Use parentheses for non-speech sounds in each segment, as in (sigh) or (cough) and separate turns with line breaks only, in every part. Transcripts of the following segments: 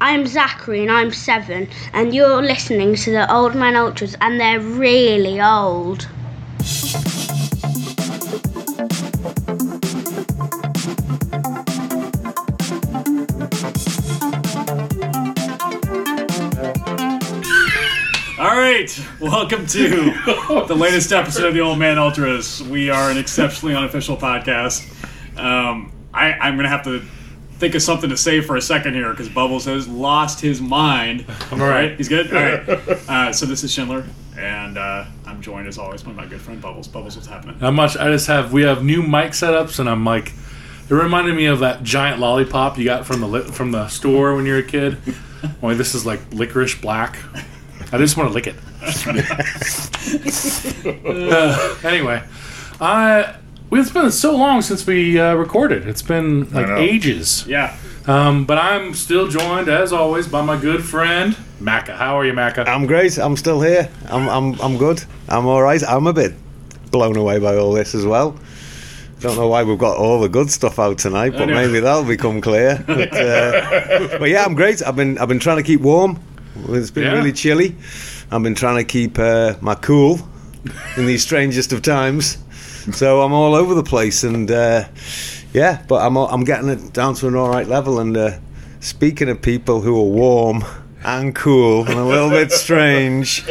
I'm Zachary and I'm seven, and you're listening to the Old Man Ultras, and they're really old.
All right, welcome to the latest episode of the Old Man Ultras. We are an exceptionally unofficial podcast. Um, I, I'm going to have to think of something to say for a second here because Bubbles has lost his mind. I'm all right. He's good. All right. Uh, so this is Schindler, and uh, I'm joined as always by my good friend Bubbles. Bubbles, what's happening?
Not much. I just have we have new mic setups, and I'm like, it reminded me of that giant lollipop you got from the li- from the store when you were a kid. Only this is like licorice black. I just want to lick it. Uh, anyway, I we it's been so long since we uh, recorded. It's been like
know.
ages.
Yeah.
Um, but I'm still joined as always by my good friend Macca. How are you, Macca?
I'm great. I'm still here. I'm I'm I'm good. I'm all right. I'm a bit blown away by all this as well. Don't know why we've got all the good stuff out tonight, but
Anyway.
maybe that'll become clear. But, uh, but yeah, I'm great. I've been I've been trying to keep warm. It's been
Yeah.
really chilly. I've been trying to keep uh, my cool in these strangest of times. So I'm all over the place, and uh, yeah, but I'm all- I'm getting it down to an all right level. And uh, speaking of people who are warm and cool and a little bit strange,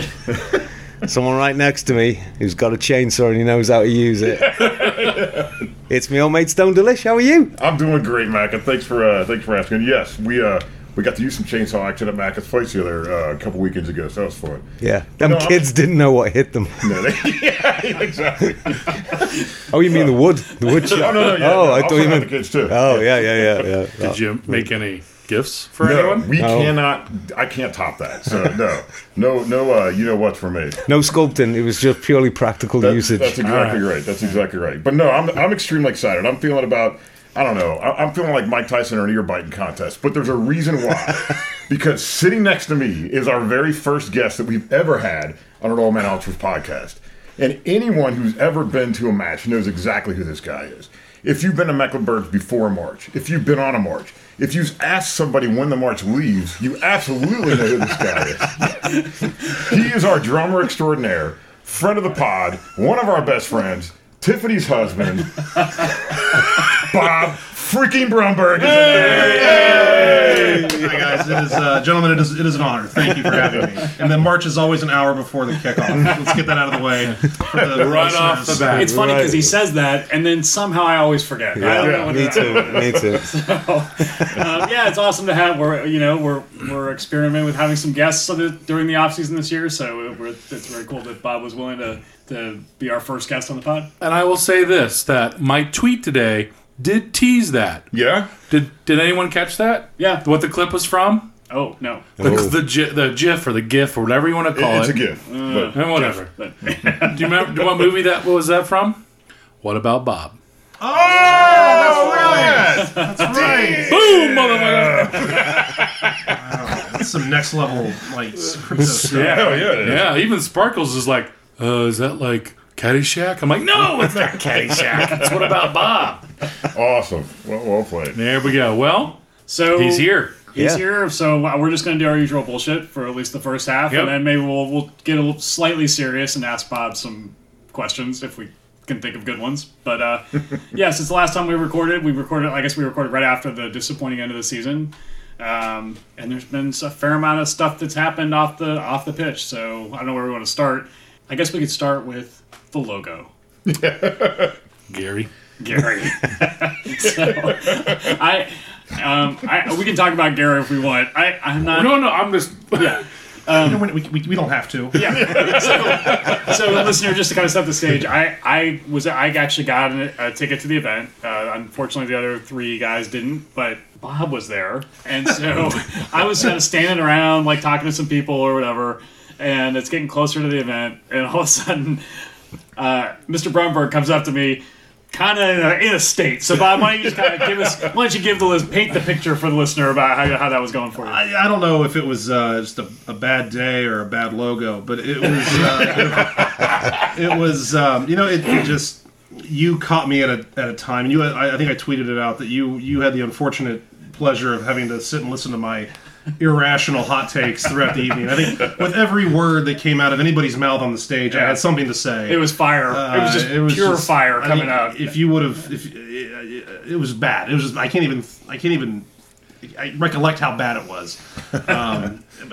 someone right next to me who's got a chainsaw and he knows how to use
(laughs)
it. it's me old mate Stone Delish. How are you?
I'm doing great, Mac, and thanks for uh, thanks for asking. Yes, we uh, we got to use some chainsaw action at Mac's place the other uh, a couple weekends ago, so that was fun.
Yeah, them
No, I'm-
kids didn't know what hit them.
No, they- (laughs) yeah, exactly.
Oh, you mean the wood, the wood
Oh (laughs) no,
shop?
no, yeah,
oh,
no,
I
I'll
thought you
send out
meant
the kids too.
Oh, yeah, yeah, yeah,
(laughs)
yeah.
Did you make any gifts for
no, (laughs)
anyone?
we
No. Oh.
cannot. I can't top that. So no, no, no. Uh, you know what? For me,
No sculpting. It was just purely practical
That-
usage. (laughs)
That's exactly right. That's exactly right. But no, I'm I'm extremely excited. I'm feeling about I don't know. I- I'm feeling like Mike Tyson or an ear biting contest. But there's a reason why. because sitting next to me is our very first guest that we've ever had on an Old Man Ultras podcast. And anyone who's ever been to a match knows exactly who this guy is. If you've been to Mecklenburg before March, if you've been on a march, if you've asked somebody when the march leaves, you absolutely know who this guy is. He is our drummer extraordinaire, friend of the pod, one of our best friends, Tiffany's husband, Bob freaking Brumberg. is in there.
Hi guys, it is uh, gentlemen. It is it is an honor. Thank you for having me. And then March is always an hour before the kickoff. Let's get that out of the way. For the
Right off the
listeners.
bat.
It's funny
Right.
because he says that, and then somehow I always forget. I don't know
Yeah.
what
Me
it is.
too. Me
(laughs)
too. Oh.
um, yeah, it's awesome to have. We're you know we're we're experimenting with having some guests on the, during the off season this year, so we're, it's very cool that Bob was willing to to be our first guest on the pod.
And I will say this: that my tweet today did tease that.
Yeah?
Did Did anyone catch that?
Yeah.
What the clip was from?
Oh no,
The the, gi- the GIF or the GIF or whatever you want to call
It's a
it.
gift. Look,
And (laughs) whatever.
but
Do you remember? Do you know what movie that what was that from? What about Bob?
That's right.
Boom, motherfucker!
That's some next level
(laughs)
like crypto stuff.
Hell yeah. it is.
Oh, Yeah, even Sparkles is like, uh, is that like Caddyshack? I'm like, no, it's not Caddyshack. It's what about Bob?
Awesome. Well, well played.
There we go. Well,
so
he's here.
He's
Yeah.
here, so uh, we're just going to do our usual bullshit for at least the first half,
Yep.
and then maybe we'll we'll get a little slightly serious and ask Bob some questions if we can think of good ones. But uh, yeah, since the last time we recorded, we recorded. I guess we recorded right after the disappointing end of the season, um, and there's been a fair amount of stuff that's happened off the off the pitch. So I don't know where we want to start. I guess we could start with the logo.
Gary.
Gary. (laughs) so I, um, I we can talk about Gary if we want. I I'm not.
No, no, I'm just. (laughs)
You know, we, we, we don't have to.
Yeah. so, so, listener, just to kind of set the stage, I, I was I actually got an, a ticket to the event. Uh, unfortunately, the other three guys didn't, but Bob was there, and
(laughs)
so I was kind of standing around, like talking to some people or whatever. And it's getting closer to the event, and all of a sudden, uh, Mr. Brumberg comes up to me. Kind of in a, in a state. So, Bob, why don't you just kind of give us? Why don't you give the list, paint the picture for the listener about how, how that was going for you?
I, I don't know if it was uh, just a, a bad day or a bad logo, but it was uh, (laughs) it, was um, you know it, it just you caught me at a at a time. You I, I think I tweeted it out that you you had the unfortunate pleasure of having to sit and listen to my irrational hot takes throughout the evening. I think with every word that came out of anybody's mouth on the stage, I
Yeah.
had something to say.
It was fire. it was just
Uh,
pure
just-
fire
I
coming
mean,
out.
If you would have, if it, it was bad. It was. Just, I can't even. I can't even. I recollect how bad it was. Um, (laughs)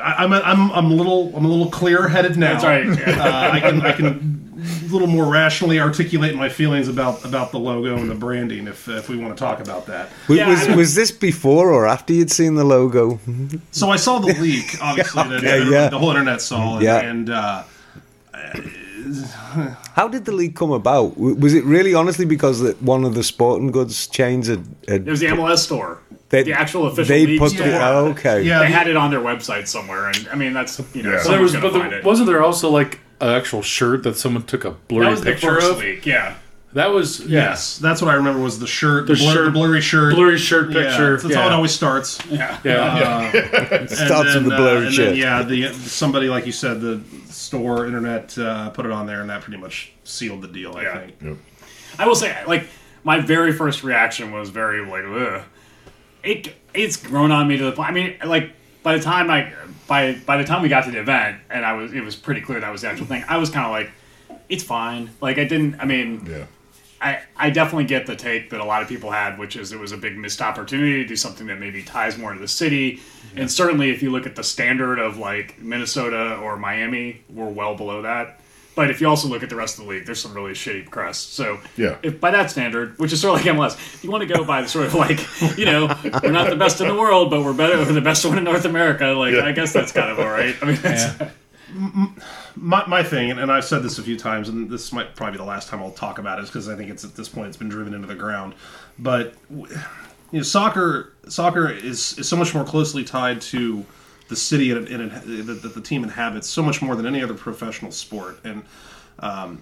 I, I'm, I'm, I'm a little, I'm a little clear-headed now.
That's right. Yeah.
Uh, I can, I can a little more rationally articulate my feelings about about the logo and the branding if if we want to talk about that.
W-
Yeah, I
was,
don't-
was this before or after you'd seen the logo?
So I
(laughs)
saw the leak, obviously, that
Yeah,
everybody-
yeah.
the whole internet saw, and,
Yeah.
and uh,
How did the league come about? W- Was it really honestly because that one of the sporting goods chains had, had
It was the MLS store.
They-
the actual official
they
league
put
store.
the- oh, okay.
Yeah.
They had it on their website somewhere, and I mean that's you know
Yeah.
yeah.
But there was,
gonna
but
find
there,
it.
wasn't there also like an actual shirt that someone took a blurry
that was the
picture
first
of?
leak, yeah.
That was yes,
yes, that's what I remember was the shirt, the,
The
blur,
shirt-
the blurry shirt,
blurry shirt
Yeah,
picture.
that's how it always starts.
Yeah.
yeah.
And
Starts with the
uh,
blurry
and
shirt.
Then, yeah, the somebody like you said, the store internet uh, put it on there, and that pretty much sealed the deal. I
Yeah.
think.
Yep.
I will say, like, my very first reaction was very like, Ugh. it it's grown on me to the point. I mean, like, by the time I by by the time we got to the event, and I was it was pretty clear that was the actual thing. I was kind of like, it's fine. Like, I didn't. I mean,
Yeah.
I, I definitely get the take that a lot of people had, which is it was a big missed opportunity to do something that maybe ties more to the city. And certainly, if you look at the standard of like Minnesota or Miami, we're well below that. But if you also look at the rest of the league, there's some really shitty crests. So
Yeah.
if by that standard, which is sort of like MLS, if you want to go by the sort of like you know we're not the best in the world, but we're better (laughs) we're the best one in North America. Like I guess that's kind of all right. I mean, that's-
my, my thing, and, and I've said this a few times, and this might probably be the last time I'll talk about it, because I think it's at this point it's been driven into the ground. But w- you know, soccer soccer is, is so much more closely tied to the city and, and, and that that the team inhabits so much more than any other professional sport, and um,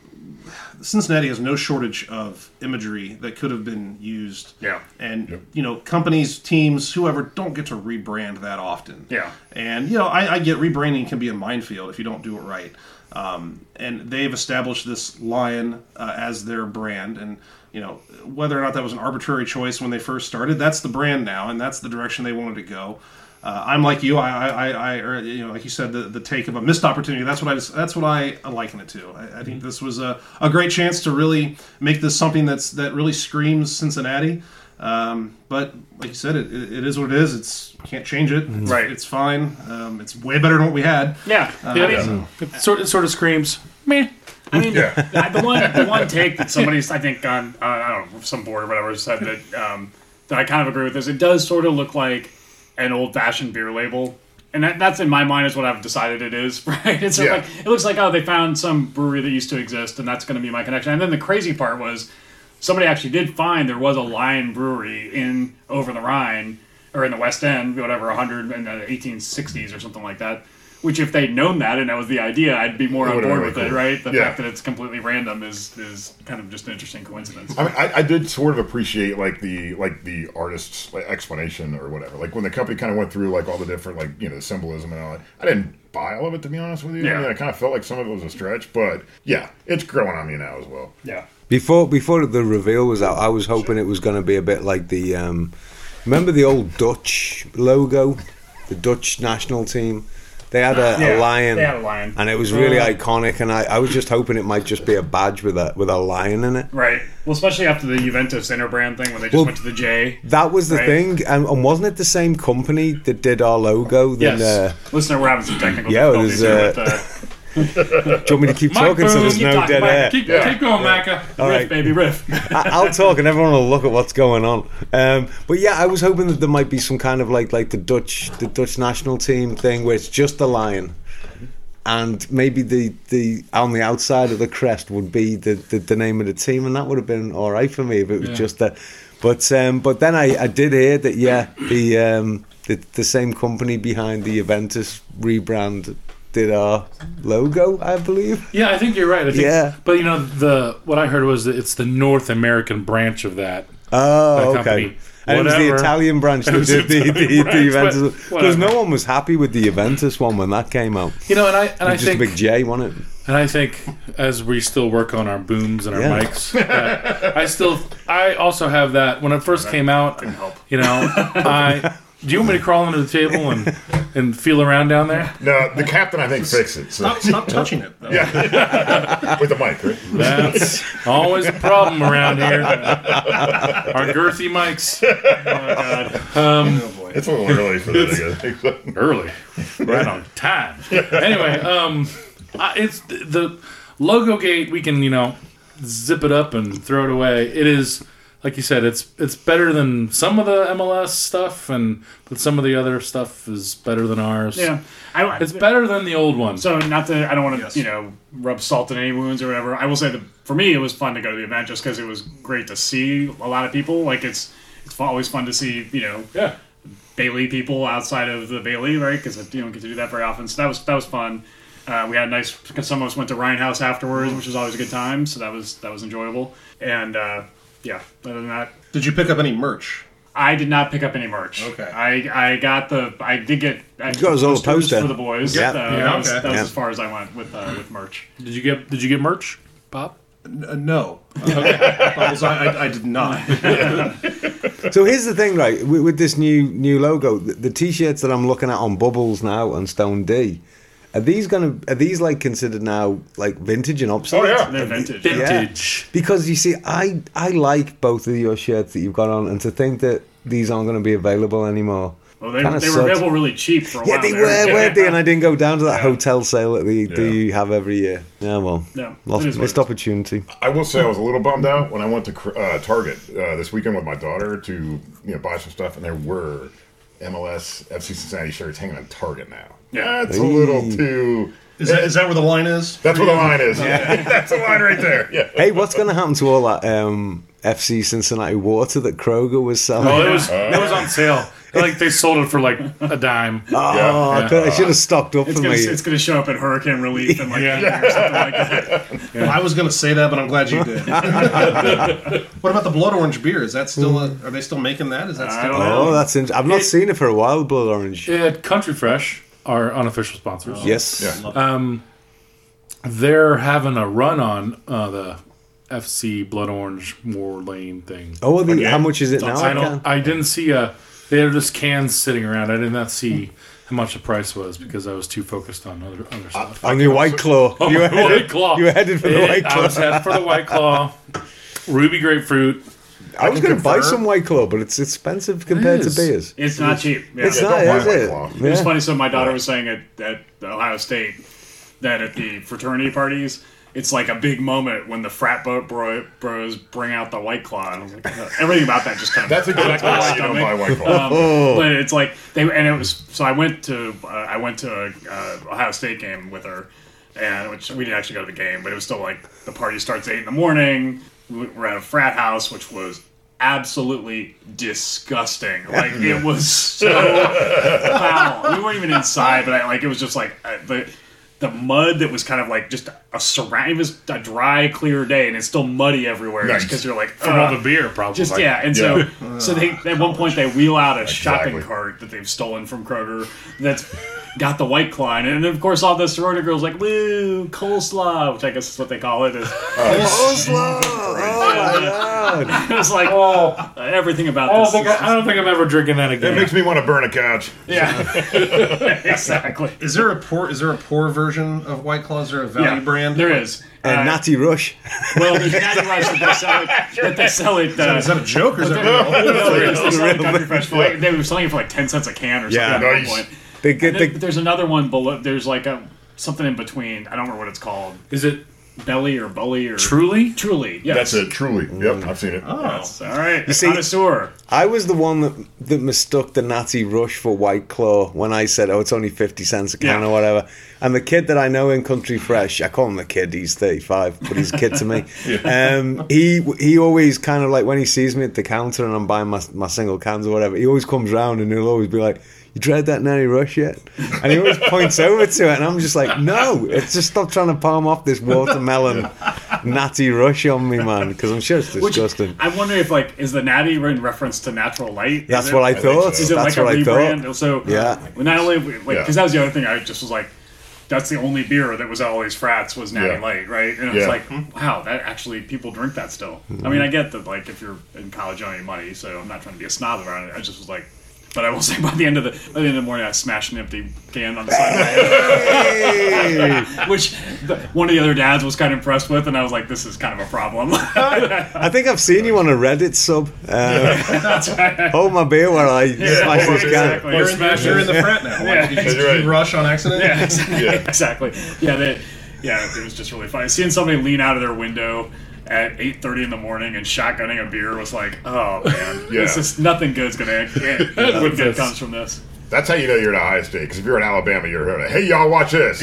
Cincinnati has no shortage of imagery that could have been used.
Yeah.
and you know, companies, teams, whoever don't get to rebrand that often.
Yeah.
And you know, I, I get rebranding can be a minefield if you don't do it right. Um, and they've established this lion uh, as their brand, and you know whether or not that was an arbitrary choice when they first started, that's the brand now, and that's the direction they wanted to go. Uh, I'm like you, I, I, I, I or, you know, like you said, the, the take of a missed opportunity. That's what I, just, that's what I liken it to. I, I think this was a, a great chance to really make this something that's that really screams Cincinnati. Um, but like you said, it, it it is what it is. It's can't change it. It's-
Right.
It's fine. Um, it's way better than what we had.
yeah. I mean,
It sort it sort of screams meh.
I mean,
Yeah.
(laughs) I- the one the one take that somebody's I think on uh, I don't know some board or whatever said that um, that I kind of agree with is it does sort of look like an old fashioned beer label, and that, that's in my mind is what I've decided it is. (laughs) Right? It's sort of
Yeah.
like it looks like oh they found some brewery that used to exist, and that's going to be my connection. And then the crazy part was somebody actually did find there was a Lion Brewery in over the Rhine or in the West End, whatever, 100 in the 1860s or something like that. Which, if they'd known that and that was the idea, I'd be more on
would've
board
been
with
really
it,
cool.
right? The
Yeah.
fact that it's completely random is is kind of just an interesting coincidence.
I, mean, I, I did sort of appreciate like the like the artist's like, explanation or whatever. Like when the company kind of went through like all the different like you know symbolism and all that. I didn't buy all of it to be honest with you. I
Yeah.
mean, I kind of felt like some of it was a stretch, but yeah, it's growing on me now as well.
Yeah.
Before before the reveal was out, I was hoping it was going to be a bit like the um, remember the old Dutch logo, the Dutch national team. They had a, a
Yeah,
lion,
they had a lion. Uh.
and it was really iconic. And I, I was just hoping it might just be a badge with a with a lion in it.
Right. Well, especially after the Juventus Interbrand thing when they just
Well-
went to the J.
That was the
Right.
thing, and, and wasn't it the same company that did our logo? Then, uh,
Yes.
Listener, we're having some technical
Yeah, it
difficulties
was,
here
uh,
with the
uh, do you want me to
(laughs)
keep talking so
boom,
there's
keep
no
talking,
dead
Mike,
air?
Keep,
Yeah.
keep going, Micah.
All
riff,
right.
baby, riff.
(laughs) I- I'll talk and everyone will look at what's going on. Um, but yeah, I was hoping that there might be some kind of like like the Dutch the Dutch national team thing where it's just the lion, and maybe the the on the outside of the crest would be the the, the name of the team, and that would have been all right for me if it was just that. But um, but then I, I did hear that yeah the um, the the same company behind the Juventus rebrand did our logo, I believe.
Yeah, I think you're right. I think,
Yeah.
but you know the what I heard was that it's the North American branch of that.
Oh,
that
okay.
company.
And
Whatever.
it was the Italian
(laughs)
branch that
was
did the, the,
Italian
the,
branch, but
Juventus. Because
whatever.
no one was happy with the Juventus one when that came out.
You know, and I and I
Just a
think
big J, wasn't it?
And I think as we still work on our booms and our
Yeah.
mics, that I still, I also have that. When it first came out, you know, I. Do you want me to crawl under the table and, and feel around down there?
No, the captain I think fixed it. So.
Stop, stop touching it. Though. Yeah.
With the mic, right?
That's always a problem around here. Our girthy mics.
It's a little early for that. I guess. (laughs)
early, right on time. anyway, um, I, it's the, the logo gate. We can you know zip it up and throw it away. It is like you said. It's it's better than some of the MLS stuff, and but some of the other stuff is better than ours.
Yeah, I don't.
it's better than the old one.
So not that I don't want to,
Yes.
you know, rub salt in any wounds or whatever. I will say that for me, it was fun to go to the event just because it was great to see a lot of people. Like it's it's fu- always fun to see, you know,
yeah,
Bailey people outside of the Bailey, right? Because you don't get to do that very often. So that was that was fun. Uh, we had a nice because some of us went to Ryan House afterwards, which was always a good time. So that was that was enjoyable. And uh, yeah, other than that,
Did you pick up any merch?
I did not pick up any merch.
Okay.
I, I got the I did get I
got us all a poster.
for the boys.
Yeah.
Uh,
Yeah,
that was,
okay.
that was
Yeah.
as far as I went with uh, with merch.
did you get did you get merch, Pop?
N- uh, no. Bubbles, I, I, I did not.
So here's the thing, right? With, with this new new logo, the, the t-shirts that I'm looking at on Bubbles now and Stone D, are these gonna are these like considered now like vintage and
Oh
obsolete?
yeah.
They're vintage.
Vintage.
Because you see, I I like both of your shirts that you've got on, and to think that these aren't going to be available anymore.
Well, they, they
kinda
were
sucks.
available really cheap for a
Yeah,
while.
they
there.
were, weren't they? And I didn't go down to that
Yeah.
hotel sale that they, they have every year. Yeah, well,
No,
lost
it is what it
missed
is.
opportunity.
I will say I was a little bummed out when I went to Cr- uh, Target uh, this weekend with my daughter to you know buy some stuff, and there were MLS FC Cincinnati shirts hanging on Target now.
Yeah.
That's a little too.
Is that, is that where the line is?
That's where the line is. Yeah. (laughs) That's the line right there. (laughs) Yeah.
Hey, what's going to happen to all that um, FC Cincinnati water that Kroger was selling?
Oh, it was it was on sale. Like they sold it for like a dime.
(laughs) Oh,
Yeah.
I, could, I should have stocked up
It's
for
gonna,
me.
it's gonna show up in hurricane relief and like
Yeah.
yeah. or something like that.
I was going to say that, but I'm glad you did. what about the blood orange beer? Is that still? A, are they still making that? Is that
I
still?
don't know.
Oh, that's interesting. I've not seen it for a while, Blood Orange.
Yeah, Country Fresh, our unofficial sponsors.
Yes.
Yeah.
they're having a run on uh, the FC Blood Orange Moor Lane thing.
Oh, are they-
Again.
how much is it now?
I
Ken?
don't. I didn't see a. They had just cans sitting around. I did not see how much the price was because I was too focused on other other stuff.
On your White Claw. (laughs) you, were
(laughs)
headed,
White Claw.
you were headed for the
Yeah,
White
I
Claw.
was headed for the White Claw. Ruby grapefruit.
I was
can
going to buy
confirm-
some White Claw, but it's expensive compared to
is.
beers.
It's not cheap. Yeah.
It's
don't
not,
buy
is
White
it?
Claw.
Yeah.
It's funny. So my daughter was saying at, at Ohio State that at the fraternity parties, it's like a big moment when the frat boat bro, bros bring out the white claw. And I was like, uh, everything about that just kind of
That's Um, exactly why you don't buy White Claw.
Um,
Oh.
But it's like they and it was so I went to uh, I went to a uh, Ohio State game with her, and which we didn't actually go to the game, but it was still like the party starts at eight in the morning. We- We're at a frat house, which was absolutely disgusting.
(laughs)
Like it was so foul. We weren't even inside, but I, like it was just like uh, the. The mud that was kind of like just a surround. It was a dry, clear day, and it's still muddy everywhere.
Nice.
Just because you're like
From all
"Ugh."
the beer, probably.
Just yeah, and so so they at one point they wheel out a shopping
Exactly.
cart that they've stolen from Kroger that's got the white claw in it, and of course all the sorority girls like woo coleslaw, which I guess is what they call it. Is, it was like
Oh,
everything about
I don't
this.
think
is
I, I don't think I'm ever drinking that
It
again.
makes me want to burn a couch.
just- yeah, (laughs) exactly.
Is there a poor? Is there a poor version of White Claw? Is there a value
Yeah,
brand?
There is. Uh,
And Natty Rush.
well, the Natty Rice that they sell
(laughs)
it, that they sell it. Uh,
Is that a joke or is
(laughs)
that
no,
real?
no, they were selling Country Fresh for like- they were selling it for like ten cents a can or something
Yeah.
at one
Nice.
point.
They get
And then
the,
there's another one below. There's like a something in between. I don't remember what it's called.
Is it
Belly or bully or
truly?
Truly, yes.
That's it, Mm. Oh. truly. Yep, I've seen it.
Oh.
Yes. All right.
see-
connoisseur.
I was the one that, that mistook the Natty Rush for White Claw when I said, oh, it's only 50 cents a can
Yeah.
or whatever. And the kid that I know in Country Fresh, I call him the kid, he's 35, but he's a kid
(laughs)
to me. um, he he always kind of like, when he sees me at the counter and I'm buying my, my single cans or whatever, he always comes round and he'll always be like, you tried that Natty Rush yet? And he always points over to it, and I'm just like, no, it's just stop trying to palm off this
(laughs)
watermelon Natty Rush on me, man, because I'm sure it's
Which
disgusting.
I wonder if like is the natty in reference to natural light? Is
That's
it-
what I thought.
so.
Is it
That's
like
what
a
I thought.
rebrand? So
Yeah.
Not only like
Yeah.
because that was the other thing I just was like, that's the only beer that was at all these frats was Natty
Yeah.
Light, right? And
Yeah.
it's like, wow, that actually people drink that still. I mean, I get that like if you're in college, you don't have any money, so I'm not trying to be a snob around it. I just was like. But I will (laughs) say, by the end of the by the end of the morning, I smashed an empty can on the side of my head, (laughs) which the, one of the other dads was kind of impressed with, and I was like, "This is kind of a
(laughs)
problem." (laughs)
I think I've seen you on a Reddit sub. Uh, hold my beer while I smash this can.
exactly.
You're in,
Smash
you're in the frat now. Like, did you,
That's
did you
right.
rush on accident?
(laughs) Yeah, exactly.
(laughs) Yeah.
Yeah, exactly. yeah they, yeah, it was just really funny. Seeing somebody lean out of their window at 8.30 in the morning and shotgunning a beer was like, oh, man.
(laughs) Yeah.
It's just nothing good's going to get,
(laughs)
good
This.
comes from this.
That's how you know you're in Ohio State. Because if you're in Alabama, you're hearing, "Hey, y'all, watch this."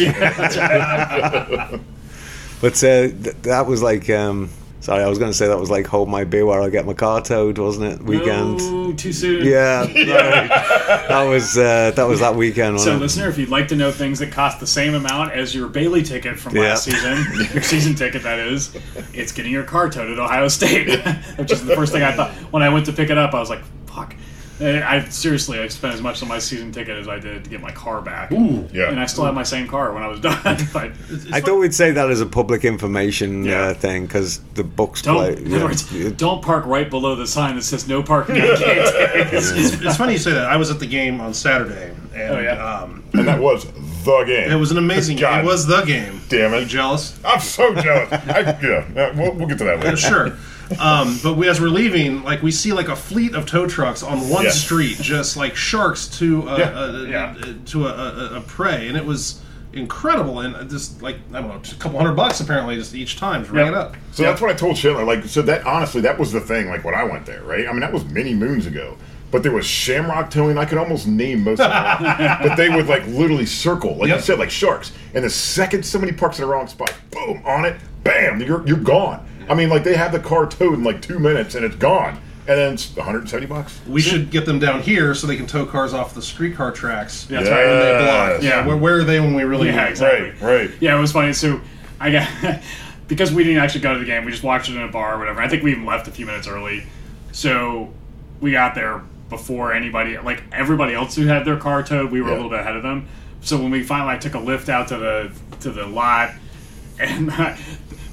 But uh, th- that was like, um, sorry, I was going to say that was like hold my beer while I get my car towed, wasn't it? Weekend.
Ooh, too soon.
Yeah, that- that was uh, that was that
So,
weekend. Wasn't it?
listener, if you'd like to know things that cost the same amount as your Bailey ticket from last
Yeah.
season, your season ticket that is, it's getting your car towed at Ohio State, (laughs) which is the first thing I thought when I went to pick it up. I was like, "Fuck!" Eh, I seriously, I spent as much on my season ticket as I did to get my car back. Ooh,
(laughs) yeah.
And I still had my same car when I was (laughs) done. but
I thought we'd say that as a public information uh,
Yeah.
thing because the books
don't,
play.
in other words, don't park right below the sign that says "No Parking on Gate." (laughs)
It's, it's funny you say that. I was at the game on Saturday, and
Oh, yeah.
um,
and that was the game.
it was
(laughs)
an amazing game.
God.
It was the game.
Damn it.
You jealous?
I'm so jealous. I, yeah, uh, we'll, we'll get to
(laughs)
that later.
Sure. Um, but we, as we're leaving, like we see like a fleet of tow trucks on one
Yeah.
street, just like sharks to a,
Yeah.
a- a-
Yeah.
a- to a, a, a prey, and it was incredible. And just like I don't know, just a couple hundred bucks apparently, just each time, just ring
Yeah.
it up.
So that's what I told Schindler. Like, so that honestly, that was the thing. Like when I went there, right? I mean, that was many moons ago. But there was Shamrock towing. I could almost name most of
(laughs)
them, but they would like literally circle, like
Yep.
you said, like sharks. And the second somebody parks in the wrong spot, boom, on it, bam, you're you're gone. I mean, like they have the car towed in like two minutes, and it's gone. And then it's 170 bucks.
We should get them down here so they can tow cars off the streetcar tracks.
That's right.
When they block.
Yes.
Yeah.
Where, where are they when we really
Yeah,
need them?
exactly.
right.
Yeah, it was funny. So I got (laughs) because we didn't actually go to the game. We just watched it in a bar or whatever. I think we even left a few minutes early. So we got there before anybody, like everybody else who had their car towed. We were
Yeah.
a little bit ahead of them. So when we finally I took a lift out to the to the lot, (laughs) and my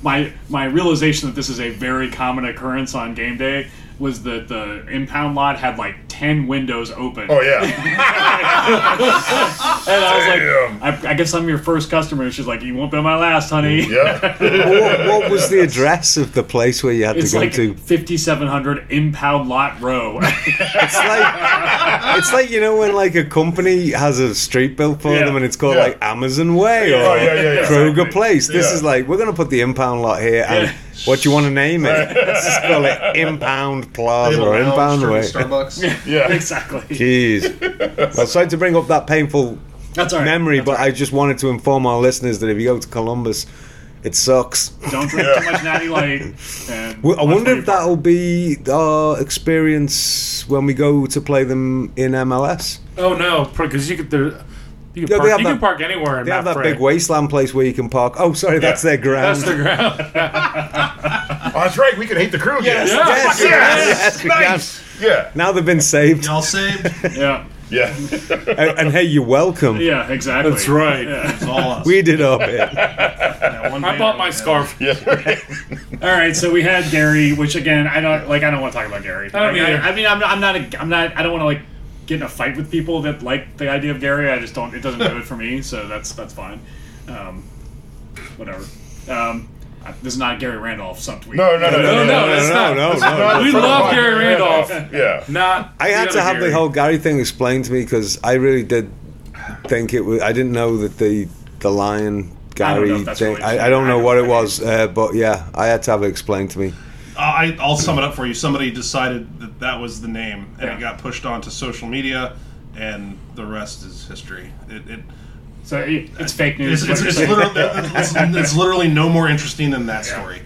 my, my realization that this is a very common occurrence on game day was that the impound lot had like 10 windows open
(laughs)
Oh yeah,
and i was like
Damn.
I, I guess i'm your first customer and she's like you won't be my last honey
yeah.
what, what was the address of the place where you
(laughs)
had
It's
to go
like
to?
5,700 impound lot
(laughs)
row. (laughs)
It's like it's like you know when like a company has a street built for
Yeah.
them and it's called
Yeah.
like Amazon Way or
Oh, yeah, yeah, yeah.
Kroger
Exactly.
Place. This
Yeah.
is like we're gonna put the impound lot here and
Yeah.
what do you want to name it? Let's just call it Impound
They
Plaza
have a
or
lounge
Impound
during
Way.
(laughs)
Starbucks.
Yeah.
exactly.
Jeez. well, sorry to bring up that painful
That's all right.
memory, but I just wanted to inform our listeners that if you go to Columbus, it sucks.
Don't drink too much natty
(laughs)
light. And
Well, I wonder if that'll be our experience when we go to play them in MLS.
Oh no, because you could there, you
Yeah,
can
they
park,
have
you
that-
can park anywhere in
They have that
Mapfre.
big wasteland place where you can park. Oh, sorry, that's their ground.
That's the ground. (laughs)
Oh, that's right. We can hate the crew again.
Yes.
Yes,
Fuck yes.
yes, yes, we
Nice. Yeah.
can. Now they've been saved,
Y'all saved. It's
Yeah.
Yeah. (laughs)
and, and hey, you're welcome.
Yeah, exactly.
That's right.
all us.
We did our bit.
That one
I
band
bought
we
my
had.
scarf.
yeah. (laughs)
All right, so we had Gary, which again, I don't like. I don't want to talk about Gary.
I don't
Like,
either.
I, I mean, I'm, I'm not. A, I'm not. I don't want to like get in a fight with people that like the idea of Gary. I just don't. It doesn't do it for me. So that's that's fine. Um, whatever. Um, I- this is not a Gary Randolph subtweet.
No, no,
No,
no, no, no,
no, that's
no,
not.
no,
that's
no,
not-
no.
We
Front
love
line.
Gary Randolph.
Yeah.
Not.
I had
other
to have
Gary.
the whole Gary thing explained to me because I really did think it was. I didn't know that the the lion
I don't know if
Gary
that's
thing.
really
I, I
true.
don't
I
know
don't
what it
know.
was, uh, but yeah, I had to have it explained to me.
I, I'll sum it up for you. Somebody decided that that was the name, and
Yeah.
it got pushed onto social media, and the rest is history. It, it
So it- it's fake news.
it's,
is what
it's,
you're
it's,
saying.
literally, it's, it's literally no more interesting than that story.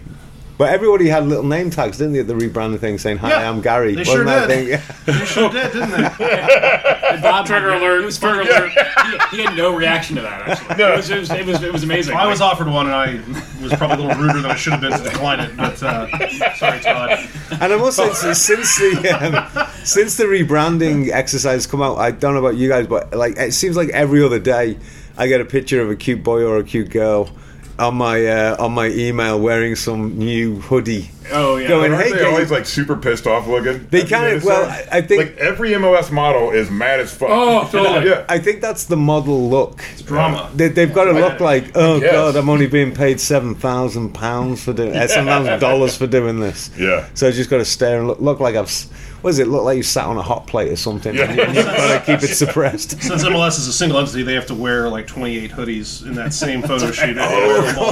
But everybody had little name tags, didn't they? At the rebranding thing, saying "Hi,
Yeah,
I'm Gary."
they sure
that
did.
thing- (laughs)
They sure did, didn't they?
(laughs) Bob
Trigger alert.
He was trigger alert. He, he had no reaction to that. Actually, it, was, it was it was it was amazing.
I was offered one, and I was probably a little ruder than I should have been to decline it. But uh, sorry, Todd.
And I must say, since- since the um, since the rebranding exercise come out, I don't know about you guys, but like it seems like every other day I get a picture of a cute boy or a cute girl on my uh, on my email wearing some new hoodie.
Oh yeah.
Going,
Aren't
hey,
they
can
always
you-
like super pissed off looking?
They
at the
kind of-
MSR?
well, I- I think-
like every MOS model is mad as fuck.
Oh, totally.
(laughs) yeah.
I think that's the model look.
Drama.
They, they've got to look like, oh
guess.
god, I'm only being paid seven thousand pounds for doing, uh, seven thousand dollars for doing this.
Yeah.
So I just got to stare and look, look like I've. s- What does it look like? You sat on a hot plate or something.
Yeah.
You've got to keep it suppressed.
Since MLS is a single entity, they have to wear like 28 hoodies in that same photo shoot. oh,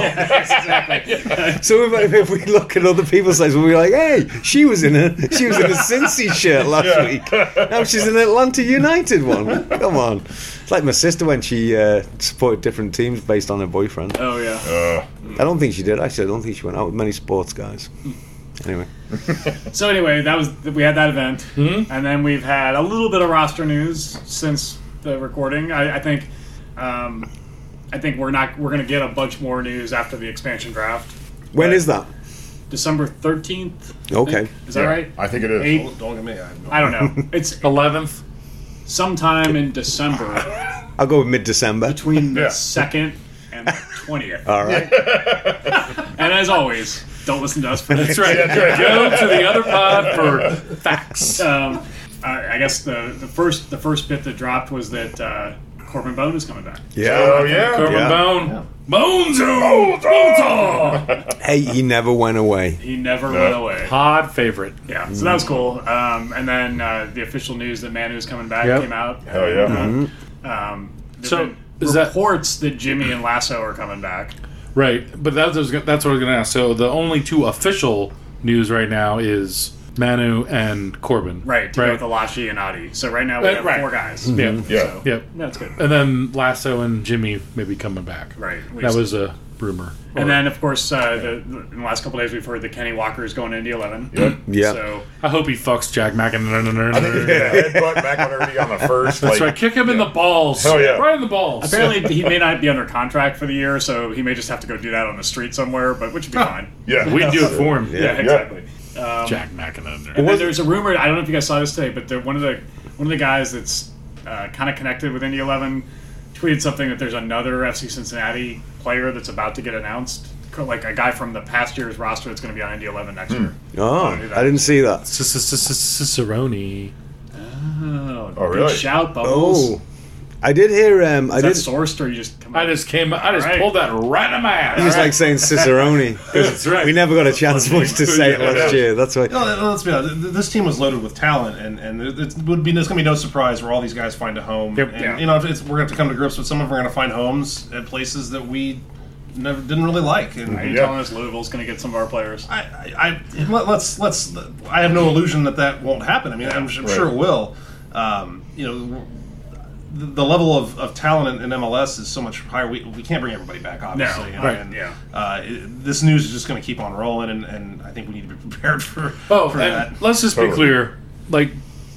So if, if we look at other people's lives, we'll be like, hey, she was in a she was in a Cincy shirt last week. Now she's in an Atlanta United one. Come on. It's like my sister when she uh, supported different teams based on her boyfriend.
Oh yeah.
Uh,
I don't think she did. Actually, I don't think she went out with many sports guys. Anyway,
So anyway, that was we had that event,
Hmm?
and then we've had a little bit of roster news since the recording. I, I think, um, I think we're not we're gonna get a bunch more news after the expansion draft.
when
Right.
is that?
December thirteenth.
Okay.
is that
yeah,
right?
I think it is.
Eight.
don't get me. I have no
I don't
(laughs)
know. It's
Eleventh.
sometime in December
I'll go with mid December.
between the
Yeah.
second and the twentieth.
All right.
And as always, don't listen to us for
That's right.
Yeah, that's right.
Go to the other pod for facts.
um, I, I guess the, the first the first bit that dropped was that uh, Corbin Bone is coming back.
Yeah.
Oh yeah.
Corbin
Yeah.
Bone. Bone Zone.
Bone Zone!
Bone Zone.
Hey, he never went away.
He never went away.
Pod favorite.
Yeah, so that was cool. Um, and then uh, the official news that Manu's coming back
Yep.
came out. Uh,
Hell yeah.
Um, there's
So,
been
is that-
reports that Jimmy and Lasso are coming back.
Right, but that was, that's what I was going to ask. So the only two official news right now is Manu and Corbin.
Right, to go
Right.
with Alashi and Adi. So right now we
Right,
have
right.
four guys.
Yeah.
Yeah.
Yep.
That's good.
And then Lasso and Jimmy maybe coming back.
Right. we-
That was a rumor.
and then, of course, uh, the, the- in the last couple days, we've heard that Kenny Walker is going into 11.
Yeah.
So,
I hope he fucks Jack (laughs)
I think he's
McInerney.
gonna headbutt back on everybody on the first.
That's
like,
right. Kick him in the balls.
Hell yeah.
Right in the balls.
apparently, he may not be under contract for the year, so he may just have to go do that on the street somewhere, but which would be fine.
Yeah.
We'd do it for him.
Yeah, exactly. Um,
Jack (laughs) McInerney.
And then there's a rumor. I don't know if you guys saw this today, but the, one of the one of the guys that's uh, kind of connected with Indy Eleven tweeted something that there's another FC Cincinnati player that's about to get announced, co- like a guy from the past year's roster that's going to be on Indy Eleven next year.
Oh, I didn't see that.
Cicerone.
Oh,
Oh,
big
really?
Shout bubbles.
Oh, I did hear. Um, I
Is that
did.
sourced or you just? Come
I just came. I just
All right.
pulled that right out of my
He was
ass.
like
(laughs)
saying Cicerone.
(laughs) That's right.
(laughs) We never got a chance much to say it last year. That's why.
No, let's be honest. th- This team was loaded with talent, and and there- it would be there's gonna be no surprise where all these guys find a home.
Yep.
and,
Yeah.
You know, if it's, we're gonna have to come to grips with some of them. We're gonna find homes at places that we never didn't really like. And
Are you
Yeah.
telling us Louisville's going to get some of our players?
I, I, I let, us let's. I have no illusion that that won't happen. I mean, I'm, I'm sure it will. Um, you know, the, the level of, of talent in, in MLS is so much higher. We, we can't bring everybody back, obviously.
No,
and-
right,
and,
yeah.
Uh, it- this news is just going to keep on rolling, and, and I think we need to be (laughs) prepared for,
Oh,
for that.
and let's just be
Totally.
clear. Like